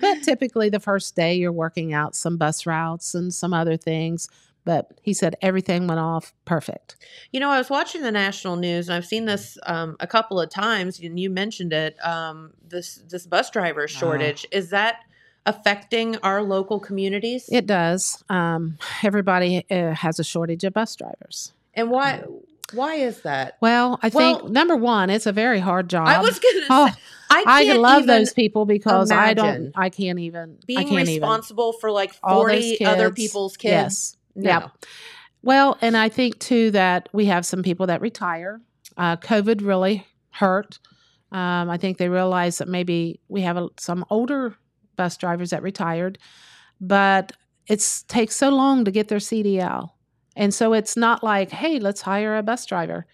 [SPEAKER 3] but typically, the first day you're working out some bus routes and some other things. But he said everything went off perfect.
[SPEAKER 2] you know, I was watching the national news and I've seen this um, a couple of times and you mentioned it. Um, this, this bus driver
[SPEAKER 3] Uh-huh.
[SPEAKER 2] shortage, is that affecting our local communities?
[SPEAKER 3] It does. Um, everybody uh, has a shortage of bus drivers.
[SPEAKER 2] and why,
[SPEAKER 3] Oh.
[SPEAKER 2] why is that?
[SPEAKER 3] Well, I
[SPEAKER 2] Well-
[SPEAKER 3] think number one, it's a very hard job.
[SPEAKER 2] I was going to
[SPEAKER 3] Oh,
[SPEAKER 2] say, I,
[SPEAKER 3] I
[SPEAKER 2] can't
[SPEAKER 3] love
[SPEAKER 2] even-
[SPEAKER 3] those people because I
[SPEAKER 2] imagine
[SPEAKER 3] don't. I can't even. I
[SPEAKER 2] Being
[SPEAKER 3] can't even.
[SPEAKER 2] responsible for like
[SPEAKER 3] All those
[SPEAKER 2] 40 other
[SPEAKER 3] kids.
[SPEAKER 2] people's kids.
[SPEAKER 3] Yes.
[SPEAKER 2] No.
[SPEAKER 3] Yep. Well, and I think too that we have some people that retire. Uh, COVID really hurt. Um, I think they realized that maybe we have a, some older bus drivers that retired, but it's takes so long to get their CDL, and so it's not like, hey, let's hire a bus driver.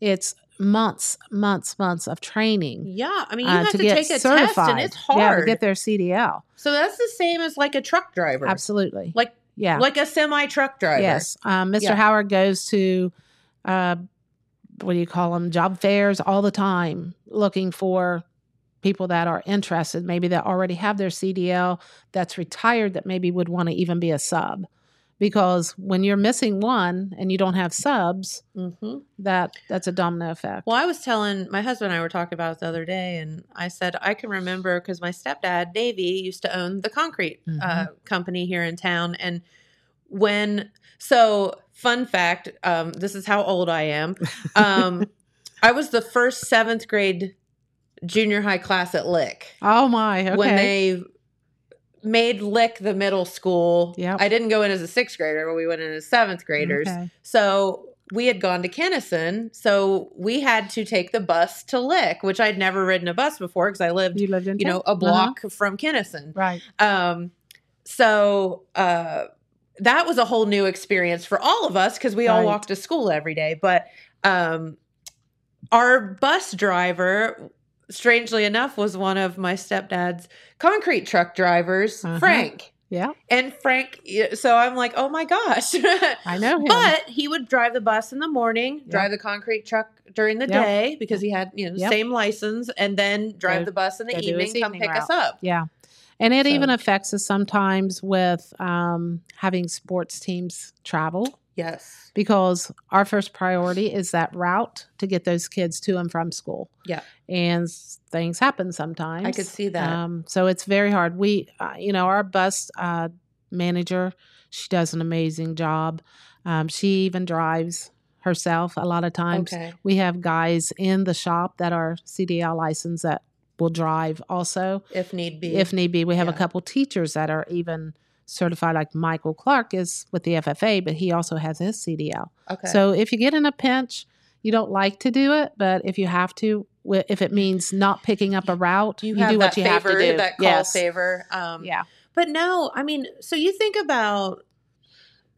[SPEAKER 3] It's months, months, months of training
[SPEAKER 2] Yeah, I mean, you
[SPEAKER 3] uh,
[SPEAKER 2] have to,
[SPEAKER 3] get
[SPEAKER 2] take a
[SPEAKER 3] certified.
[SPEAKER 2] test, and it's
[SPEAKER 3] Yeah, to
[SPEAKER 2] hard.
[SPEAKER 3] get their CDL.
[SPEAKER 2] so that's the same as like a truck driver.
[SPEAKER 3] Absolutely.
[SPEAKER 2] Like
[SPEAKER 3] Yeah.
[SPEAKER 2] like a semi truck driver.
[SPEAKER 3] Yes. Um, Mr.
[SPEAKER 2] Yeah.
[SPEAKER 3] Howard goes to, uh, what do you call them? Job fairs all the time, looking for people that are interested, maybe that already have their CDL, that's retired, that maybe would want to even be a sub. Because when you're missing one and you don't have subs,
[SPEAKER 2] hmm
[SPEAKER 3] that that's a domino effect.
[SPEAKER 2] Well, I was telling my husband and I were talking about it the other day, and I said I can remember because my stepdad Davey used to own the concrete uh,
[SPEAKER 3] Mm-hmm.
[SPEAKER 2] company here in town, and when so fun fact, um, this is how old I am. Um, I was the first seventh grade junior high class at Lick
[SPEAKER 3] Oh my! Okay.
[SPEAKER 2] when they made Lick the middle school.
[SPEAKER 3] Yep.
[SPEAKER 2] I didn't go in as a sixth grader, but we went in as seventh graders.
[SPEAKER 3] Okay.
[SPEAKER 2] So we had gone to Kennison, so we had to take the bus to Lick, which I'd never ridden a bus before because I lived,
[SPEAKER 3] you lived in
[SPEAKER 2] you know,
[SPEAKER 3] town?
[SPEAKER 2] a
[SPEAKER 3] Uh-huh.
[SPEAKER 2] block from Kennison.
[SPEAKER 3] right?
[SPEAKER 2] Um, so uh, that was a whole new experience for all of us because we all
[SPEAKER 3] Right.
[SPEAKER 2] walked to school every day. But um, our bus driver, strangely enough, was one of my stepdad's concrete truck drivers,
[SPEAKER 3] Uh-huh.
[SPEAKER 2] Frank.
[SPEAKER 3] Yeah,
[SPEAKER 2] And Frank, y- so I'm like, oh my gosh.
[SPEAKER 3] I know him.
[SPEAKER 2] But he would drive the bus in the morning,
[SPEAKER 3] Yeah.
[SPEAKER 2] drive the concrete truck during the
[SPEAKER 3] Yeah.
[SPEAKER 2] day because he had you know
[SPEAKER 3] Yeah.
[SPEAKER 2] same license, and then drive
[SPEAKER 3] Go-
[SPEAKER 2] the bus in the
[SPEAKER 3] go do his
[SPEAKER 2] evening, come
[SPEAKER 3] evening
[SPEAKER 2] pick us
[SPEAKER 3] route.
[SPEAKER 2] up.
[SPEAKER 3] Yeah. And it even
[SPEAKER 2] So-
[SPEAKER 3] affects us sometimes with um, having sports teams travel
[SPEAKER 2] Yes,
[SPEAKER 3] because our first priority is that route to get those kids to and from school.
[SPEAKER 2] Yeah.
[SPEAKER 3] And s- things happen sometimes.
[SPEAKER 2] I could see that.
[SPEAKER 3] Um, so it's very hard. We, uh, you know, our bus uh, manager, she does an amazing job. Um, she even drives herself a lot of times.
[SPEAKER 2] okay,
[SPEAKER 3] We have guys in the shop that are CDL licensed that will drive also
[SPEAKER 2] if need be,
[SPEAKER 3] if need be. We have a
[SPEAKER 2] Yeah.
[SPEAKER 3] couple teachers that are even certified, like Michael Clark is with the FFA, but he also has his CDL.
[SPEAKER 2] okay,
[SPEAKER 3] So if you get in a pinch, you don't like to do it, but if you have to, wi- if it means not picking up a route, you,
[SPEAKER 2] you, have
[SPEAKER 3] do
[SPEAKER 2] that
[SPEAKER 3] what you
[SPEAKER 2] favor,
[SPEAKER 3] have to do.
[SPEAKER 2] that call
[SPEAKER 3] Yes.
[SPEAKER 2] favor. Um,
[SPEAKER 3] Yeah.
[SPEAKER 2] but no, I mean, so you think about.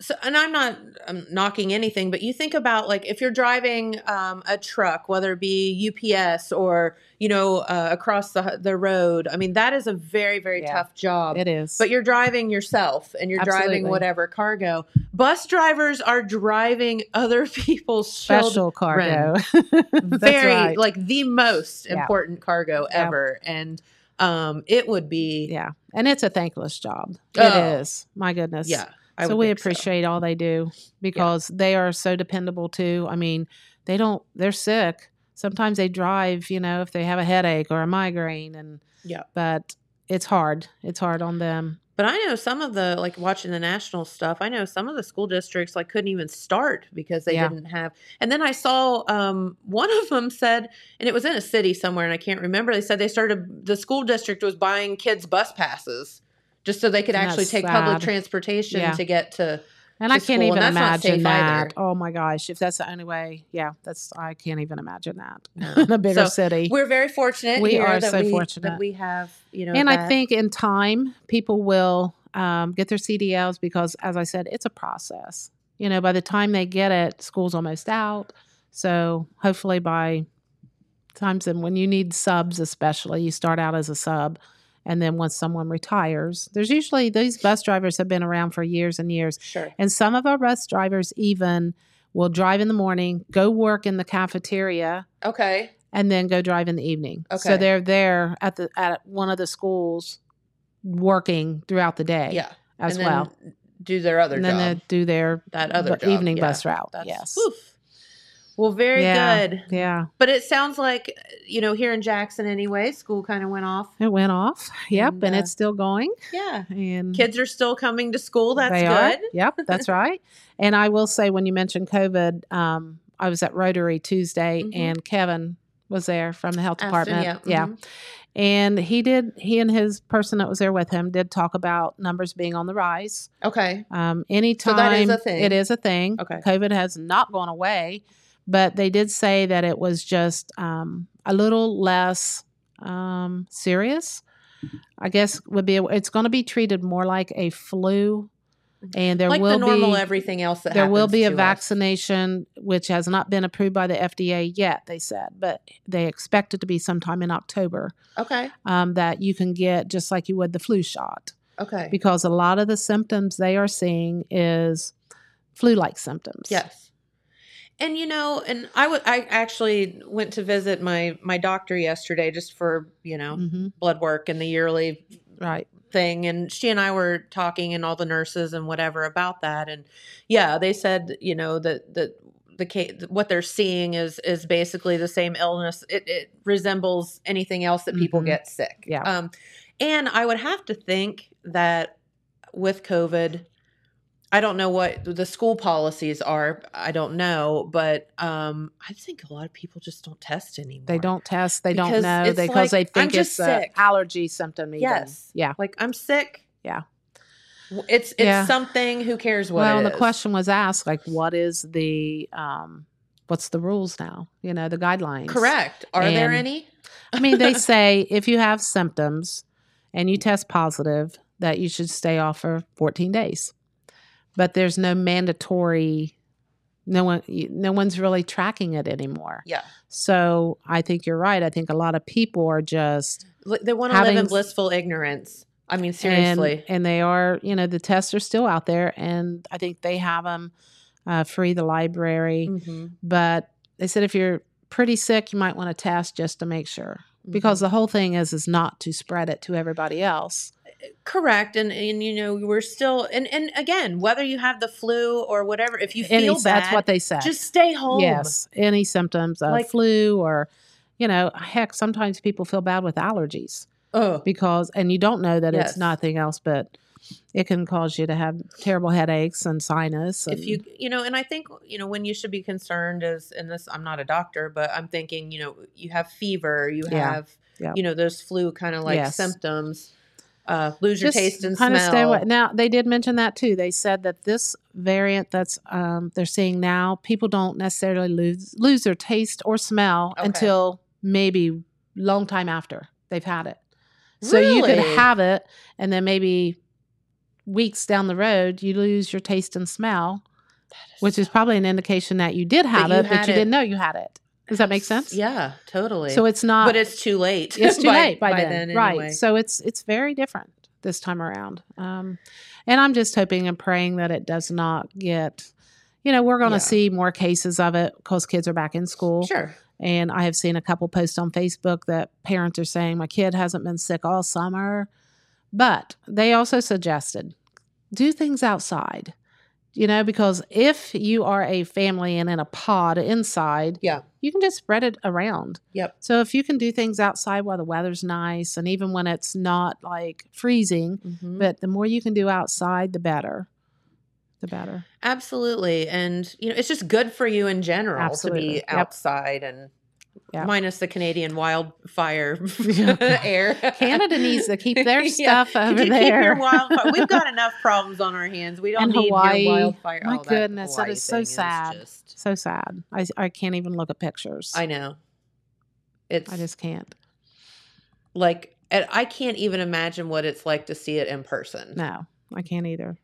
[SPEAKER 2] So, and I'm not I'm knocking anything, but you think about like if you're driving um, a truck, whether it be UPS or you know uh, across the the road. I mean, that is a very very
[SPEAKER 3] Yeah.
[SPEAKER 2] tough job.
[SPEAKER 3] It is.
[SPEAKER 2] but you're driving yourself and you're driving
[SPEAKER 3] Absolutely.
[SPEAKER 2] whatever cargo. Bus drivers are driving other people's children.
[SPEAKER 3] special cargo. That's
[SPEAKER 2] Very
[SPEAKER 3] right.
[SPEAKER 2] like the most
[SPEAKER 3] Yeah.
[SPEAKER 2] important cargo
[SPEAKER 3] Yeah.
[SPEAKER 2] ever, and um, it would be
[SPEAKER 3] yeah. And it's a thankless job.
[SPEAKER 2] Oh.
[SPEAKER 3] It is. My goodness.
[SPEAKER 2] yeah.
[SPEAKER 3] so
[SPEAKER 2] would
[SPEAKER 3] we
[SPEAKER 2] think
[SPEAKER 3] appreciate all they do because they are so dependable too. I mean, they don't they're sick. Sometimes they drive, you know, if they have a headache or a migraine and
[SPEAKER 2] Yeah.
[SPEAKER 3] But it's hard. It's hard on them.
[SPEAKER 2] But I know some of the like watching the national stuff. I know some of the school districts like couldn't even start because they
[SPEAKER 3] Yeah.
[SPEAKER 2] didn't have. And then I saw um, one of them said, and it was in a city somewhere, and I can't remember. They said they started the school district was buying kids bus passes just so they could
[SPEAKER 3] Isn't that
[SPEAKER 2] actually take public
[SPEAKER 3] sad?
[SPEAKER 2] transportation
[SPEAKER 3] Yeah.
[SPEAKER 2] to get to.
[SPEAKER 3] And
[SPEAKER 2] To
[SPEAKER 3] I can't
[SPEAKER 2] school, and
[SPEAKER 3] even
[SPEAKER 2] that's not safe
[SPEAKER 3] imagine that.
[SPEAKER 2] either.
[SPEAKER 3] Oh my gosh, if that's the only way, yeah, that's I can't even imagine that
[SPEAKER 2] No.
[SPEAKER 3] in a bigger
[SPEAKER 2] um, So,
[SPEAKER 3] city.
[SPEAKER 2] We're very fortunate.
[SPEAKER 3] We
[SPEAKER 2] here
[SPEAKER 3] are
[SPEAKER 2] that
[SPEAKER 3] so
[SPEAKER 2] we, that
[SPEAKER 3] fortunate.
[SPEAKER 2] we have you know.
[SPEAKER 3] and I
[SPEAKER 2] that-
[SPEAKER 3] think in time, people will um, get their CDLs because, as I said, it's a process. You know, by the time they get it, school's almost out. So hopefully, by times and when you need subs, especially, you start out as a sub. And then once someone retires, there's usually these bus drivers have been around for years and years.
[SPEAKER 2] sure.
[SPEAKER 3] And some of our bus drivers even will drive in the morning, go work in the cafeteria,
[SPEAKER 2] Okay.
[SPEAKER 3] and then go drive in the evening.
[SPEAKER 2] Okay.
[SPEAKER 3] So they're there at the at one of the schools working throughout the day
[SPEAKER 2] Yeah.
[SPEAKER 3] as
[SPEAKER 2] and then
[SPEAKER 3] well.
[SPEAKER 2] Do their other
[SPEAKER 3] And then
[SPEAKER 2] job.
[SPEAKER 3] they do their
[SPEAKER 2] that other
[SPEAKER 3] bu-
[SPEAKER 2] job.
[SPEAKER 3] evening
[SPEAKER 2] Yeah.
[SPEAKER 3] bus route.
[SPEAKER 2] That's,
[SPEAKER 3] yes.
[SPEAKER 2] oof. Well, very
[SPEAKER 3] Yeah.
[SPEAKER 2] good.
[SPEAKER 3] Yeah.
[SPEAKER 2] But it sounds like, you know, here in Jackson anyway, school kind of went off.
[SPEAKER 3] It went off. Yep.
[SPEAKER 2] And,
[SPEAKER 3] And,
[SPEAKER 2] uh,
[SPEAKER 3] it's still going.
[SPEAKER 2] Yeah.
[SPEAKER 3] And
[SPEAKER 2] Kids are still coming to school. That's
[SPEAKER 3] they are.
[SPEAKER 2] good.
[SPEAKER 3] Yep, that's right. And I will say, when you mentioned COVID, um, I was at Rotary Tuesday,
[SPEAKER 2] Mhm.
[SPEAKER 3] and Kevin was there from the health
[SPEAKER 2] After-
[SPEAKER 3] department. yeah,
[SPEAKER 2] mhm.
[SPEAKER 3] and he did. He and his person that was there with him did talk about numbers being on the rise.
[SPEAKER 2] Okay.
[SPEAKER 3] Um, anytime
[SPEAKER 2] that is a thing.
[SPEAKER 3] it is a thing.
[SPEAKER 2] Okay.
[SPEAKER 3] COVID has not gone away, but they did say that it was just um, a little less um, serious. I guess would be it's going to be treated more like a flu, and there
[SPEAKER 2] like
[SPEAKER 3] will
[SPEAKER 2] the normal
[SPEAKER 3] be
[SPEAKER 2] everything else that
[SPEAKER 3] there will
[SPEAKER 2] happens
[SPEAKER 3] be a
[SPEAKER 2] to us.
[SPEAKER 3] vaccination which has not been approved by the FDA yet. They said, but they expect it to be sometime in October
[SPEAKER 2] Okay.
[SPEAKER 3] um, that you can get just like you would the flu shot.
[SPEAKER 2] Okay.
[SPEAKER 3] because a lot of the symptoms they are seeing is flu-like symptoms.
[SPEAKER 2] Yes. And you know, and I wa- I actually went to visit my my doctor yesterday just for, you know,
[SPEAKER 3] hmm
[SPEAKER 2] blood work and the yearly
[SPEAKER 3] Right.
[SPEAKER 2] thing and she and I were talking and all the nurses and whatever about that and yeah, they said, you know, that that the case, what they're seeing is is basically the same illness. It, it resembles anything else that people
[SPEAKER 3] Mhm.
[SPEAKER 2] get sick.
[SPEAKER 3] Yeah.
[SPEAKER 2] Um, and I would have to think that with COVID, I don't know what the school policies are. I don't know, but um, I think a lot of people just don't test anymore.
[SPEAKER 3] They don't test. They
[SPEAKER 2] Because
[SPEAKER 3] don't know.
[SPEAKER 2] it's
[SPEAKER 3] They
[SPEAKER 2] like,
[SPEAKER 3] because
[SPEAKER 2] I'm
[SPEAKER 3] they think
[SPEAKER 2] just
[SPEAKER 3] it's an
[SPEAKER 2] sick.
[SPEAKER 3] allergy symptom. Even.
[SPEAKER 2] Yes.
[SPEAKER 3] Yeah.
[SPEAKER 2] Like I'm sick.
[SPEAKER 3] Yeah.
[SPEAKER 2] W- It's it's
[SPEAKER 3] Yeah.
[SPEAKER 2] something. Who cares what?
[SPEAKER 3] well,
[SPEAKER 2] it
[SPEAKER 3] and the
[SPEAKER 2] is.
[SPEAKER 3] question was asked, like, what is the um, what's the rules now? You know, the guidelines.
[SPEAKER 2] Correct. Are there
[SPEAKER 3] And-
[SPEAKER 2] any?
[SPEAKER 3] I mean, they say if you have symptoms and you test positive, that you should stay off for 14 days. But there's no mandatory. No one, no one's really tracking it anymore.
[SPEAKER 2] yeah.
[SPEAKER 3] So I think you're right. I think a lot of people are just
[SPEAKER 2] Li- They want to live in
[SPEAKER 3] Having-
[SPEAKER 2] blissful ignorance. I mean,
[SPEAKER 3] and-
[SPEAKER 2] seriously.
[SPEAKER 3] and, they are you know the tests are still out there and i think they have them uh, free the library
[SPEAKER 2] Mhm.
[SPEAKER 3] but they said if you're pretty sick you might want to test just to make sure because
[SPEAKER 2] Mm-hmm.
[SPEAKER 3] the whole thing is is not to spread it to everybody else
[SPEAKER 2] correct and and you know we're still and and again whether you have the flu or whatever if you
[SPEAKER 3] Any-
[SPEAKER 2] feel bad
[SPEAKER 3] that's what they said
[SPEAKER 2] just stay home
[SPEAKER 3] yes any symptoms of
[SPEAKER 2] Like-
[SPEAKER 3] flu or you know heck sometimes people feel bad with allergies
[SPEAKER 2] oh
[SPEAKER 3] because and you don't know that
[SPEAKER 2] Yes.
[SPEAKER 3] it's nothing else but it can cause you to have terrible headaches and sinus and
[SPEAKER 2] if you you know and i think you know when you should be concerned is and this i'm not a doctor but i'm thinking you know you have fever you
[SPEAKER 3] Yeah.
[SPEAKER 2] have
[SPEAKER 3] Yeah.
[SPEAKER 2] you know those flu kind of like
[SPEAKER 3] Yes.
[SPEAKER 2] symptoms uh lose your taste and smell
[SPEAKER 3] kinda stay away. Now they did mention that too. They said that this variant that's um, they're seeing now, people don't necessarily lose lose their taste or smell
[SPEAKER 2] Okay.
[SPEAKER 3] until maybe long time after they've had it. So you could
[SPEAKER 2] Really?
[SPEAKER 3] have it, and then maybe weeks down the road, you lose your taste and smell, which is probably an indication that you did have
[SPEAKER 2] you
[SPEAKER 3] it,
[SPEAKER 2] had
[SPEAKER 3] but you
[SPEAKER 2] it.
[SPEAKER 3] didn't know you had it. Does that make sense?
[SPEAKER 2] yeah totally
[SPEAKER 3] So it's not.
[SPEAKER 2] but it's too late
[SPEAKER 3] it's too late by, then,
[SPEAKER 2] anyway.
[SPEAKER 3] right so it's it's very different this time around um and i'm just hoping and praying that it does not get you know we're going to
[SPEAKER 2] Yeah.
[SPEAKER 3] see more cases of it because kids are back in school
[SPEAKER 2] sure
[SPEAKER 3] and i have seen a couple posts on facebook that parents are saying my kid hasn't been sick all summer but they also suggested do things outside you know because if you are a family and in a pod inside
[SPEAKER 2] Yeah.
[SPEAKER 3] you can just spread it around
[SPEAKER 2] yep
[SPEAKER 3] so if you can do things outside while the weather's nice and even when it's not like freezing,
[SPEAKER 2] Mhm.
[SPEAKER 3] but the more you can do outside, the better. The better.
[SPEAKER 2] Absolutely. And you know, it's just good for you in general
[SPEAKER 3] Absolutely.
[SPEAKER 2] to be
[SPEAKER 3] Yep.
[SPEAKER 2] outside and
[SPEAKER 3] Yep.
[SPEAKER 2] minus the Canadian wildfire
[SPEAKER 3] Yeah.
[SPEAKER 2] air.
[SPEAKER 3] Canada needs to keep their
[SPEAKER 2] Yeah.
[SPEAKER 3] stuff
[SPEAKER 2] Could
[SPEAKER 3] over
[SPEAKER 2] you keep
[SPEAKER 3] there.
[SPEAKER 2] your wildfire? We've got enough problems on our hands. We don't
[SPEAKER 3] And
[SPEAKER 2] need
[SPEAKER 3] Hawaii.
[SPEAKER 2] your wildfire.
[SPEAKER 3] My
[SPEAKER 2] Oh, that
[SPEAKER 3] goodness, that is so
[SPEAKER 2] thing
[SPEAKER 3] sad.
[SPEAKER 2] just-
[SPEAKER 3] so sad. I I can't even look at pictures.
[SPEAKER 2] I know. It's
[SPEAKER 3] I just can't.
[SPEAKER 2] like and I can't even imagine what it's like to see it in person.
[SPEAKER 3] No, I can't either.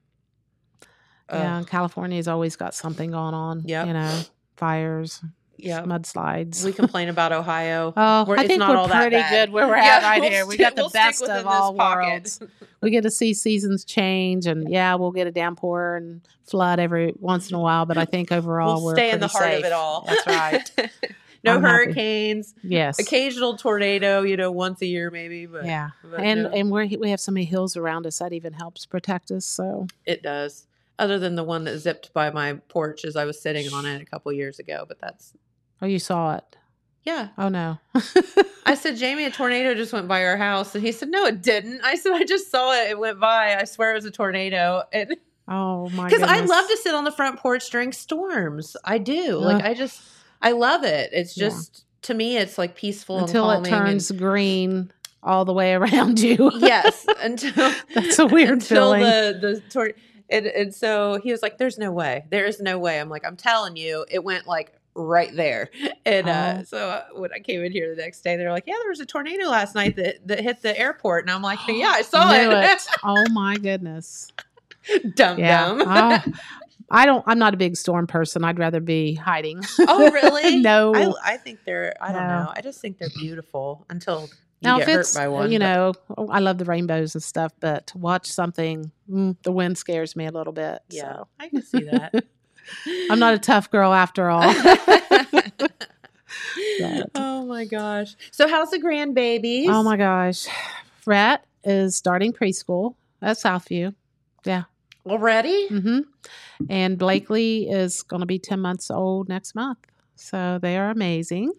[SPEAKER 2] Ugh.
[SPEAKER 3] Yeah, and California's always got something going on.
[SPEAKER 2] Yep.
[SPEAKER 3] you know, fires,
[SPEAKER 2] yeah.
[SPEAKER 3] mudslides.
[SPEAKER 2] We complain about Ohio.
[SPEAKER 3] oh,
[SPEAKER 2] We're-
[SPEAKER 3] I
[SPEAKER 2] it's
[SPEAKER 3] think
[SPEAKER 2] not
[SPEAKER 3] we're
[SPEAKER 2] all that
[SPEAKER 3] pretty
[SPEAKER 2] bad.
[SPEAKER 3] good where we're
[SPEAKER 2] Yeah,
[SPEAKER 3] at right
[SPEAKER 2] we'll
[SPEAKER 3] here. We
[SPEAKER 2] sti-
[SPEAKER 3] got the
[SPEAKER 2] we'll stick
[SPEAKER 3] best
[SPEAKER 2] within
[SPEAKER 3] of
[SPEAKER 2] this
[SPEAKER 3] all
[SPEAKER 2] pocket.
[SPEAKER 3] worlds. we get to see seasons change and yeah we'll get a downpour and flood every once in a while but i think overall
[SPEAKER 2] we'll
[SPEAKER 3] we're
[SPEAKER 2] stay in the
[SPEAKER 3] pretty
[SPEAKER 2] heart of
[SPEAKER 3] safe.
[SPEAKER 2] it all.
[SPEAKER 3] that's right
[SPEAKER 2] no
[SPEAKER 3] I'm happy.
[SPEAKER 2] hurricanes,
[SPEAKER 3] yes
[SPEAKER 2] occasional tornado, you know, once a year maybe, but
[SPEAKER 3] yeah
[SPEAKER 2] but
[SPEAKER 3] and
[SPEAKER 2] no,
[SPEAKER 3] and we're, we have so many hills around us that even helps protect us so
[SPEAKER 2] it does. Other than the one that zipped by my porch as I was sitting on it a couple years ago, but that's
[SPEAKER 3] oh you saw it
[SPEAKER 2] yeah.
[SPEAKER 3] oh no
[SPEAKER 2] I said, Jamie, a tornado just went by our house, and he said, No, it didn't. I said, I just saw it. It went by. I swear it was a tornado, and
[SPEAKER 3] oh my
[SPEAKER 2] because I love to
[SPEAKER 3] goodness.
[SPEAKER 2] sit on the front porch during storms. I do. Like
[SPEAKER 3] Ugh.
[SPEAKER 2] I just, I love it. It's
[SPEAKER 3] Yeah.
[SPEAKER 2] just to me, it's like peaceful
[SPEAKER 3] until
[SPEAKER 2] and
[SPEAKER 3] it
[SPEAKER 2] calming and-
[SPEAKER 3] turns green all the way around you
[SPEAKER 2] yes until
[SPEAKER 3] That's a weird
[SPEAKER 2] until
[SPEAKER 3] feeling.
[SPEAKER 2] the the tor- and, and so he was like there's no way there is no way i'm like i'm telling you it went like right there and uh
[SPEAKER 3] Oh.
[SPEAKER 2] so uh, when i came in here the next day they're like yeah there was a tornado last night that that hit the airport and i'm like yeah i saw
[SPEAKER 3] Knew
[SPEAKER 2] it,
[SPEAKER 3] oh my goodness
[SPEAKER 2] dumb dumb
[SPEAKER 3] yeah oh, i don't i'm not a big storm person i'd rather be hiding
[SPEAKER 2] oh really
[SPEAKER 3] No.
[SPEAKER 2] I, I think they're i don't
[SPEAKER 3] No.
[SPEAKER 2] know i just think they're beautiful until You
[SPEAKER 3] Now,
[SPEAKER 2] get
[SPEAKER 3] if
[SPEAKER 2] hurt
[SPEAKER 3] it's,
[SPEAKER 2] by one,
[SPEAKER 3] you
[SPEAKER 2] but-
[SPEAKER 3] know, I love the rainbows and stuff, but to watch something, mm, the wind scares me a little bit.
[SPEAKER 2] Yeah,
[SPEAKER 3] so.
[SPEAKER 2] I can see that.
[SPEAKER 3] I'm not a tough girl after all. But-
[SPEAKER 2] oh my gosh. So how's the grandbabies?
[SPEAKER 3] oh my gosh. Rhett is starting preschool at Southview.
[SPEAKER 2] already?
[SPEAKER 3] hmm And Blakely is going to be 10 months old next month. So they are amazing.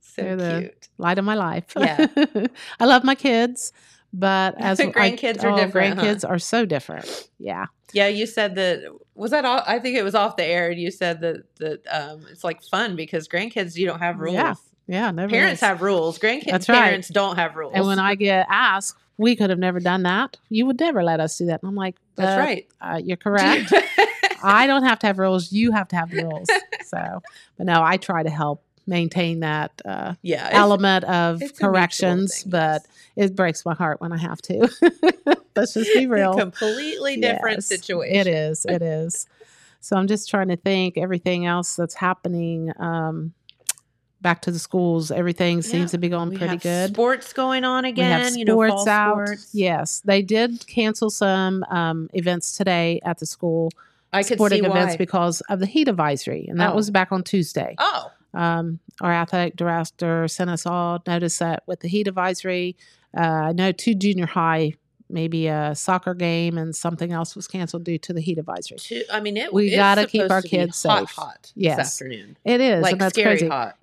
[SPEAKER 2] So
[SPEAKER 3] They're the-
[SPEAKER 2] cute.
[SPEAKER 3] Light of my life.
[SPEAKER 2] Yeah.
[SPEAKER 3] I love my kids, but as I- oh,
[SPEAKER 2] Grandkids are different, huh?
[SPEAKER 3] Grandkids are so different. Yeah.
[SPEAKER 2] Yeah, you said that was that all I think it was off the air and you said that that um it's like fun because grandkids you don't have rules.
[SPEAKER 3] Yeah, Yeah. Never
[SPEAKER 2] Parents
[SPEAKER 3] is.
[SPEAKER 2] have rules. Grandkids
[SPEAKER 3] That's right.
[SPEAKER 2] parents don't have rules.
[SPEAKER 3] And when I get asked, we could have never done that. You would never let us do that. And I'm like,
[SPEAKER 2] That's
[SPEAKER 3] uh,
[SPEAKER 2] right.
[SPEAKER 3] Uh, you're correct. I don't have to have rules. You have to have the rules. So, but no, I try to help maintain that uh,
[SPEAKER 2] yeah. it's-
[SPEAKER 3] element
[SPEAKER 2] it's
[SPEAKER 3] of
[SPEAKER 2] a mutual
[SPEAKER 3] corrections,
[SPEAKER 2] thing,
[SPEAKER 3] but
[SPEAKER 2] yes.
[SPEAKER 3] it breaks my heart when I have to. Let's just be real.
[SPEAKER 2] Completely different
[SPEAKER 3] Yes,
[SPEAKER 2] situation.
[SPEAKER 3] It is. It is. So I'm just trying to think everything else that's happening. Um, back to the schools, everything seems to be going
[SPEAKER 2] We
[SPEAKER 3] pretty
[SPEAKER 2] have
[SPEAKER 3] good.
[SPEAKER 2] Sports going on
[SPEAKER 3] We
[SPEAKER 2] again.
[SPEAKER 3] have sports
[SPEAKER 2] you know, fall
[SPEAKER 3] out.
[SPEAKER 2] sports.
[SPEAKER 3] Yes, they did cancel some um, events today at the school
[SPEAKER 2] I could
[SPEAKER 3] sporting
[SPEAKER 2] see
[SPEAKER 3] events
[SPEAKER 2] why.
[SPEAKER 3] because of the heat advisory, and that
[SPEAKER 2] Oh.
[SPEAKER 3] was back on Tuesday.
[SPEAKER 2] oh,
[SPEAKER 3] Um, our athletic director sent us all notice that with the heat advisory, uh, I know two junior high, maybe a soccer game, and something else was canceled due to the heat advisory.
[SPEAKER 2] two, I mean, it.
[SPEAKER 3] We
[SPEAKER 2] it's
[SPEAKER 3] gotta keep
[SPEAKER 2] supposed
[SPEAKER 3] our
[SPEAKER 2] to be
[SPEAKER 3] kids
[SPEAKER 2] hot,
[SPEAKER 3] safe.
[SPEAKER 2] hot.
[SPEAKER 3] Yes.
[SPEAKER 2] this afternoon,
[SPEAKER 3] It is,
[SPEAKER 2] like
[SPEAKER 3] and that's
[SPEAKER 2] scary
[SPEAKER 3] crazy.
[SPEAKER 2] hot.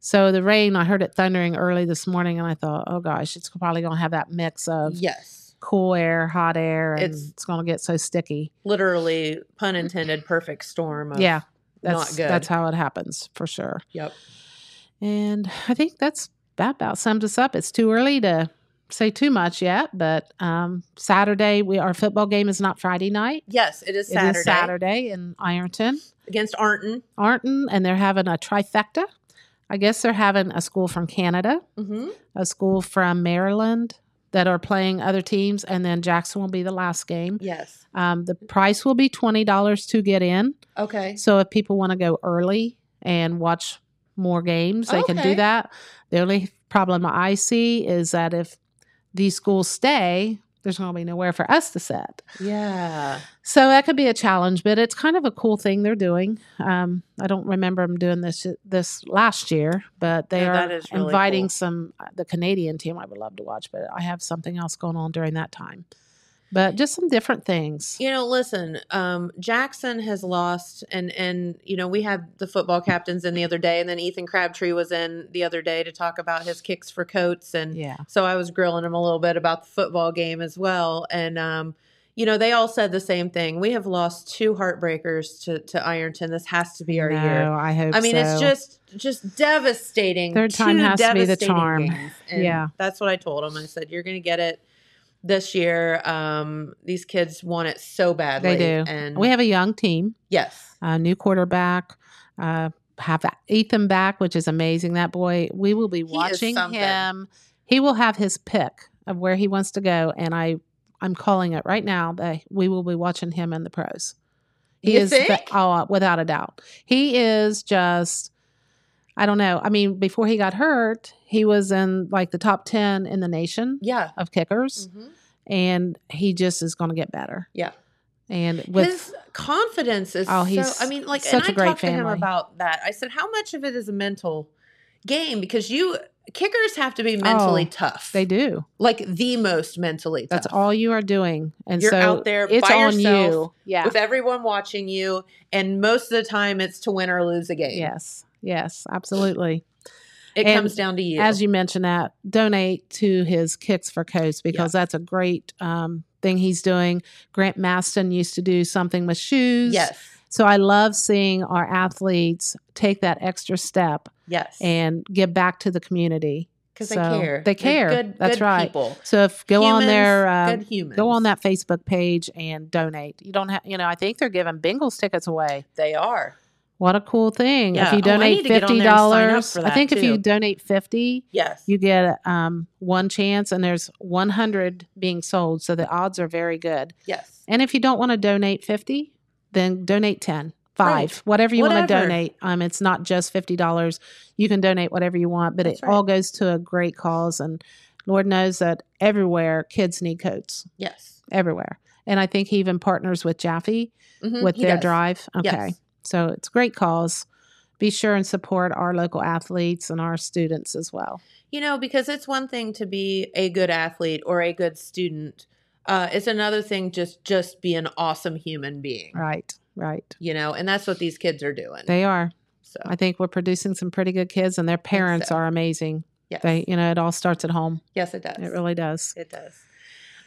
[SPEAKER 3] So the rain, I heard it thundering early this morning, and I thought, oh gosh, it's probably going to have that mix of
[SPEAKER 2] Yes,
[SPEAKER 3] cool air, hot air, and
[SPEAKER 2] It's-
[SPEAKER 3] it's, going to get so sticky.
[SPEAKER 2] literally, pun intended, perfect storm. Of,
[SPEAKER 3] yeah,
[SPEAKER 2] not
[SPEAKER 3] that's
[SPEAKER 2] good.
[SPEAKER 3] that's how it happens for sure.
[SPEAKER 2] Yep.
[SPEAKER 3] And I think that's that about sums us up. It's too early to say too much yet, but um, Saturday we our football game is not Friday night.
[SPEAKER 2] Yes, it is
[SPEAKER 3] It
[SPEAKER 2] Saturday,
[SPEAKER 3] is Saturday in Ironton,
[SPEAKER 2] against Arnton.
[SPEAKER 3] Arnton, and they're having a trifecta. I guess they're having a school from Canada,
[SPEAKER 2] hmm
[SPEAKER 3] a school from Maryland that are playing other teams, and then Jackson will be the last game.
[SPEAKER 2] Yes.
[SPEAKER 3] Um, the price will be twenty dollars to get in.
[SPEAKER 2] Okay.
[SPEAKER 3] So if people want to go early and watch more games, they can
[SPEAKER 2] Okay.
[SPEAKER 3] do that. The only problem I see is that if these schools stay, there's going to be nowhere for us to sit.
[SPEAKER 2] Yeah.
[SPEAKER 3] So that could be a challenge, but it's kind of a cool thing they're doing. Um, I don't remember them doing this this last year, but they
[SPEAKER 2] Yeah,
[SPEAKER 3] are
[SPEAKER 2] that is really
[SPEAKER 3] inviting
[SPEAKER 2] cool.
[SPEAKER 3] some uh, the Canadian team. I would love to watch, but I have something else going on during that time. But just some different things.
[SPEAKER 2] You know, listen, um, Jackson has lost, and and you know we had the football captains in the other day, and then Ethan Crabtree was in the other day to talk about his kicks for coats, and
[SPEAKER 3] Yeah.
[SPEAKER 2] so I was grilling him a little bit about the football game as well, and um, you know they all said the same thing. We have lost two heartbreakers to to Ironton. This has to be our
[SPEAKER 3] no,
[SPEAKER 2] year.
[SPEAKER 3] I hope.
[SPEAKER 2] I mean, it's
[SPEAKER 3] so.
[SPEAKER 2] just just devastating.
[SPEAKER 3] Third time
[SPEAKER 2] Two
[SPEAKER 3] has to be the
[SPEAKER 2] devastating
[SPEAKER 3] charm.
[SPEAKER 2] games. And
[SPEAKER 3] Yeah.
[SPEAKER 2] that's what I told him. I said you're going to get it this year. Um, these kids want it so badly.
[SPEAKER 3] do.
[SPEAKER 2] And
[SPEAKER 3] we have a young team.
[SPEAKER 2] yes,
[SPEAKER 3] uh, new quarterback. Uh, have Ethan back, which is amazing. That boy, we will be
[SPEAKER 2] is
[SPEAKER 3] watching
[SPEAKER 2] something.
[SPEAKER 3] him. He will have his pick of where he wants to go, and I, I'm calling it right now that we will be watching him in the pros. He
[SPEAKER 2] You
[SPEAKER 3] is the-
[SPEAKER 2] think?
[SPEAKER 3] oh, without a doubt. He is just. I don't know. I mean, before he got hurt, he was in like the top ten in the nation
[SPEAKER 2] yeah.
[SPEAKER 3] of kickers,
[SPEAKER 2] Mhm.
[SPEAKER 3] and he just is going to get better.
[SPEAKER 2] Yeah.
[SPEAKER 3] and with
[SPEAKER 2] his confidence is
[SPEAKER 3] Oh,
[SPEAKER 2] so-
[SPEAKER 3] he's
[SPEAKER 2] I mean, like,
[SPEAKER 3] such
[SPEAKER 2] and
[SPEAKER 3] a
[SPEAKER 2] I
[SPEAKER 3] great
[SPEAKER 2] talked to him
[SPEAKER 3] family.
[SPEAKER 2] about that. I said, how much of it is a mental game? Because you kickers have to be mentally
[SPEAKER 3] Oh,
[SPEAKER 2] tough.
[SPEAKER 3] they do.
[SPEAKER 2] like the most mentally.
[SPEAKER 3] That's
[SPEAKER 2] tough.
[SPEAKER 3] all you are doing, and
[SPEAKER 2] You're
[SPEAKER 3] so
[SPEAKER 2] out there
[SPEAKER 3] it's
[SPEAKER 2] by
[SPEAKER 3] on
[SPEAKER 2] yourself
[SPEAKER 3] you. Yeah.
[SPEAKER 2] with everyone watching you, and most of the time it's to win or lose a game.
[SPEAKER 3] Yes. Yes. Absolutely.
[SPEAKER 2] it
[SPEAKER 3] and
[SPEAKER 2] comes down to you.
[SPEAKER 3] As you mentioned, that donate to his kicks for coats because that's a great um, thing he's doing. Grant Maston used to do something with shoes.
[SPEAKER 2] yes,
[SPEAKER 3] So I love seeing our athletes take that extra step
[SPEAKER 2] yes,
[SPEAKER 3] and give back to the community.
[SPEAKER 2] because
[SPEAKER 3] so
[SPEAKER 2] they care.
[SPEAKER 3] they
[SPEAKER 2] They're
[SPEAKER 3] care.
[SPEAKER 2] Good,
[SPEAKER 3] That's
[SPEAKER 2] good
[SPEAKER 3] right.
[SPEAKER 2] People.
[SPEAKER 3] So if go on their
[SPEAKER 2] Humans,
[SPEAKER 3] uh,
[SPEAKER 2] good humans.
[SPEAKER 3] go on that Facebook page and donate. You don't have you know I think they're giving Bengals tickets away.
[SPEAKER 2] They are.
[SPEAKER 3] What a cool thing! If
[SPEAKER 2] Yeah.
[SPEAKER 3] you
[SPEAKER 2] Oh, I need
[SPEAKER 3] donate
[SPEAKER 2] to get on
[SPEAKER 3] fifty
[SPEAKER 2] there and sign up
[SPEAKER 3] dollars,
[SPEAKER 2] for
[SPEAKER 3] I
[SPEAKER 2] that,
[SPEAKER 3] think if
[SPEAKER 2] too.
[SPEAKER 3] you donate fifty,
[SPEAKER 2] Yes.
[SPEAKER 3] you get um, one chance, and there's one hundred being sold, so the odds are very good.
[SPEAKER 2] yes.
[SPEAKER 3] And if you don't want to donate fifty, then donate ten. Five,
[SPEAKER 2] Right.
[SPEAKER 3] whatever you want to
[SPEAKER 2] Whatever.
[SPEAKER 3] donate. Um, it's not just fifty dollars. You can donate whatever you want, but
[SPEAKER 2] That's
[SPEAKER 3] it
[SPEAKER 2] right.
[SPEAKER 3] all goes to a great cause. And Lord knows that everywhere kids need coats,
[SPEAKER 2] Yes.
[SPEAKER 3] everywhere. And I think he even partners with Jaffe
[SPEAKER 2] Mhm,
[SPEAKER 3] with
[SPEAKER 2] he
[SPEAKER 3] their
[SPEAKER 2] does.
[SPEAKER 3] drive. Okay.
[SPEAKER 2] Yes.
[SPEAKER 3] So it's a great cause. Be sure and support our local athletes and our students as well.
[SPEAKER 2] You know, because it's one thing to be a good athlete or a good student. Uh, it's another thing just just be an awesome human being.
[SPEAKER 3] Right, right.
[SPEAKER 2] You know, and that's what these kids are doing.
[SPEAKER 3] They are.
[SPEAKER 2] so
[SPEAKER 3] I think we're producing some pretty good kids, and their parents
[SPEAKER 2] so.
[SPEAKER 3] are amazing.
[SPEAKER 2] yes.
[SPEAKER 3] They, you know, it all starts at home.
[SPEAKER 2] yes, it does.
[SPEAKER 3] It really does.
[SPEAKER 2] It does.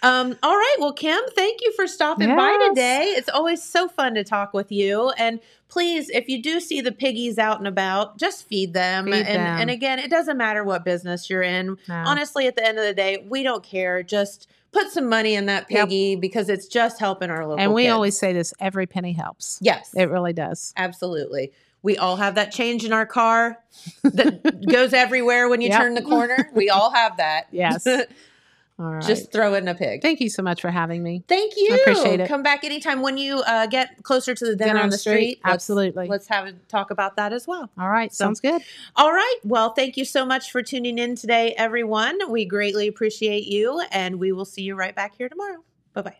[SPEAKER 2] Um, all right. Well, Kim, thank you for stopping by
[SPEAKER 3] Yes.
[SPEAKER 2] today. It's always so fun to talk with you. And please, if you do see the piggies out and about, just feed them.
[SPEAKER 3] Feed
[SPEAKER 2] and,
[SPEAKER 3] them.
[SPEAKER 2] and again, it doesn't matter what business you're in.
[SPEAKER 3] No.
[SPEAKER 2] Honestly, at the end of the day, we don't care. Just put some money in that
[SPEAKER 3] Yep.
[SPEAKER 2] piggy because it's just helping our local.
[SPEAKER 3] and we
[SPEAKER 2] kids.
[SPEAKER 3] always say this every penny helps.
[SPEAKER 2] yes,
[SPEAKER 3] It really does.
[SPEAKER 2] absolutely. We all have that change in our car that goes everywhere when you
[SPEAKER 3] Yep.
[SPEAKER 2] turn the corner. We all have that.
[SPEAKER 3] Yes. All right.
[SPEAKER 2] just throw in a pig.
[SPEAKER 3] thank you so much for having me.
[SPEAKER 2] Thank you.
[SPEAKER 3] appreciate it.
[SPEAKER 2] Come back anytime when you uh, get closer to the dinner, on the street. Let's-
[SPEAKER 3] Absolutely.
[SPEAKER 2] Let's have a talk about that as well.
[SPEAKER 3] All right.
[SPEAKER 2] So-
[SPEAKER 3] Sounds good.
[SPEAKER 2] All right. Well, thank you so much for tuning in today, everyone. We greatly appreciate you, and we will see you right back here tomorrow. Bye bye.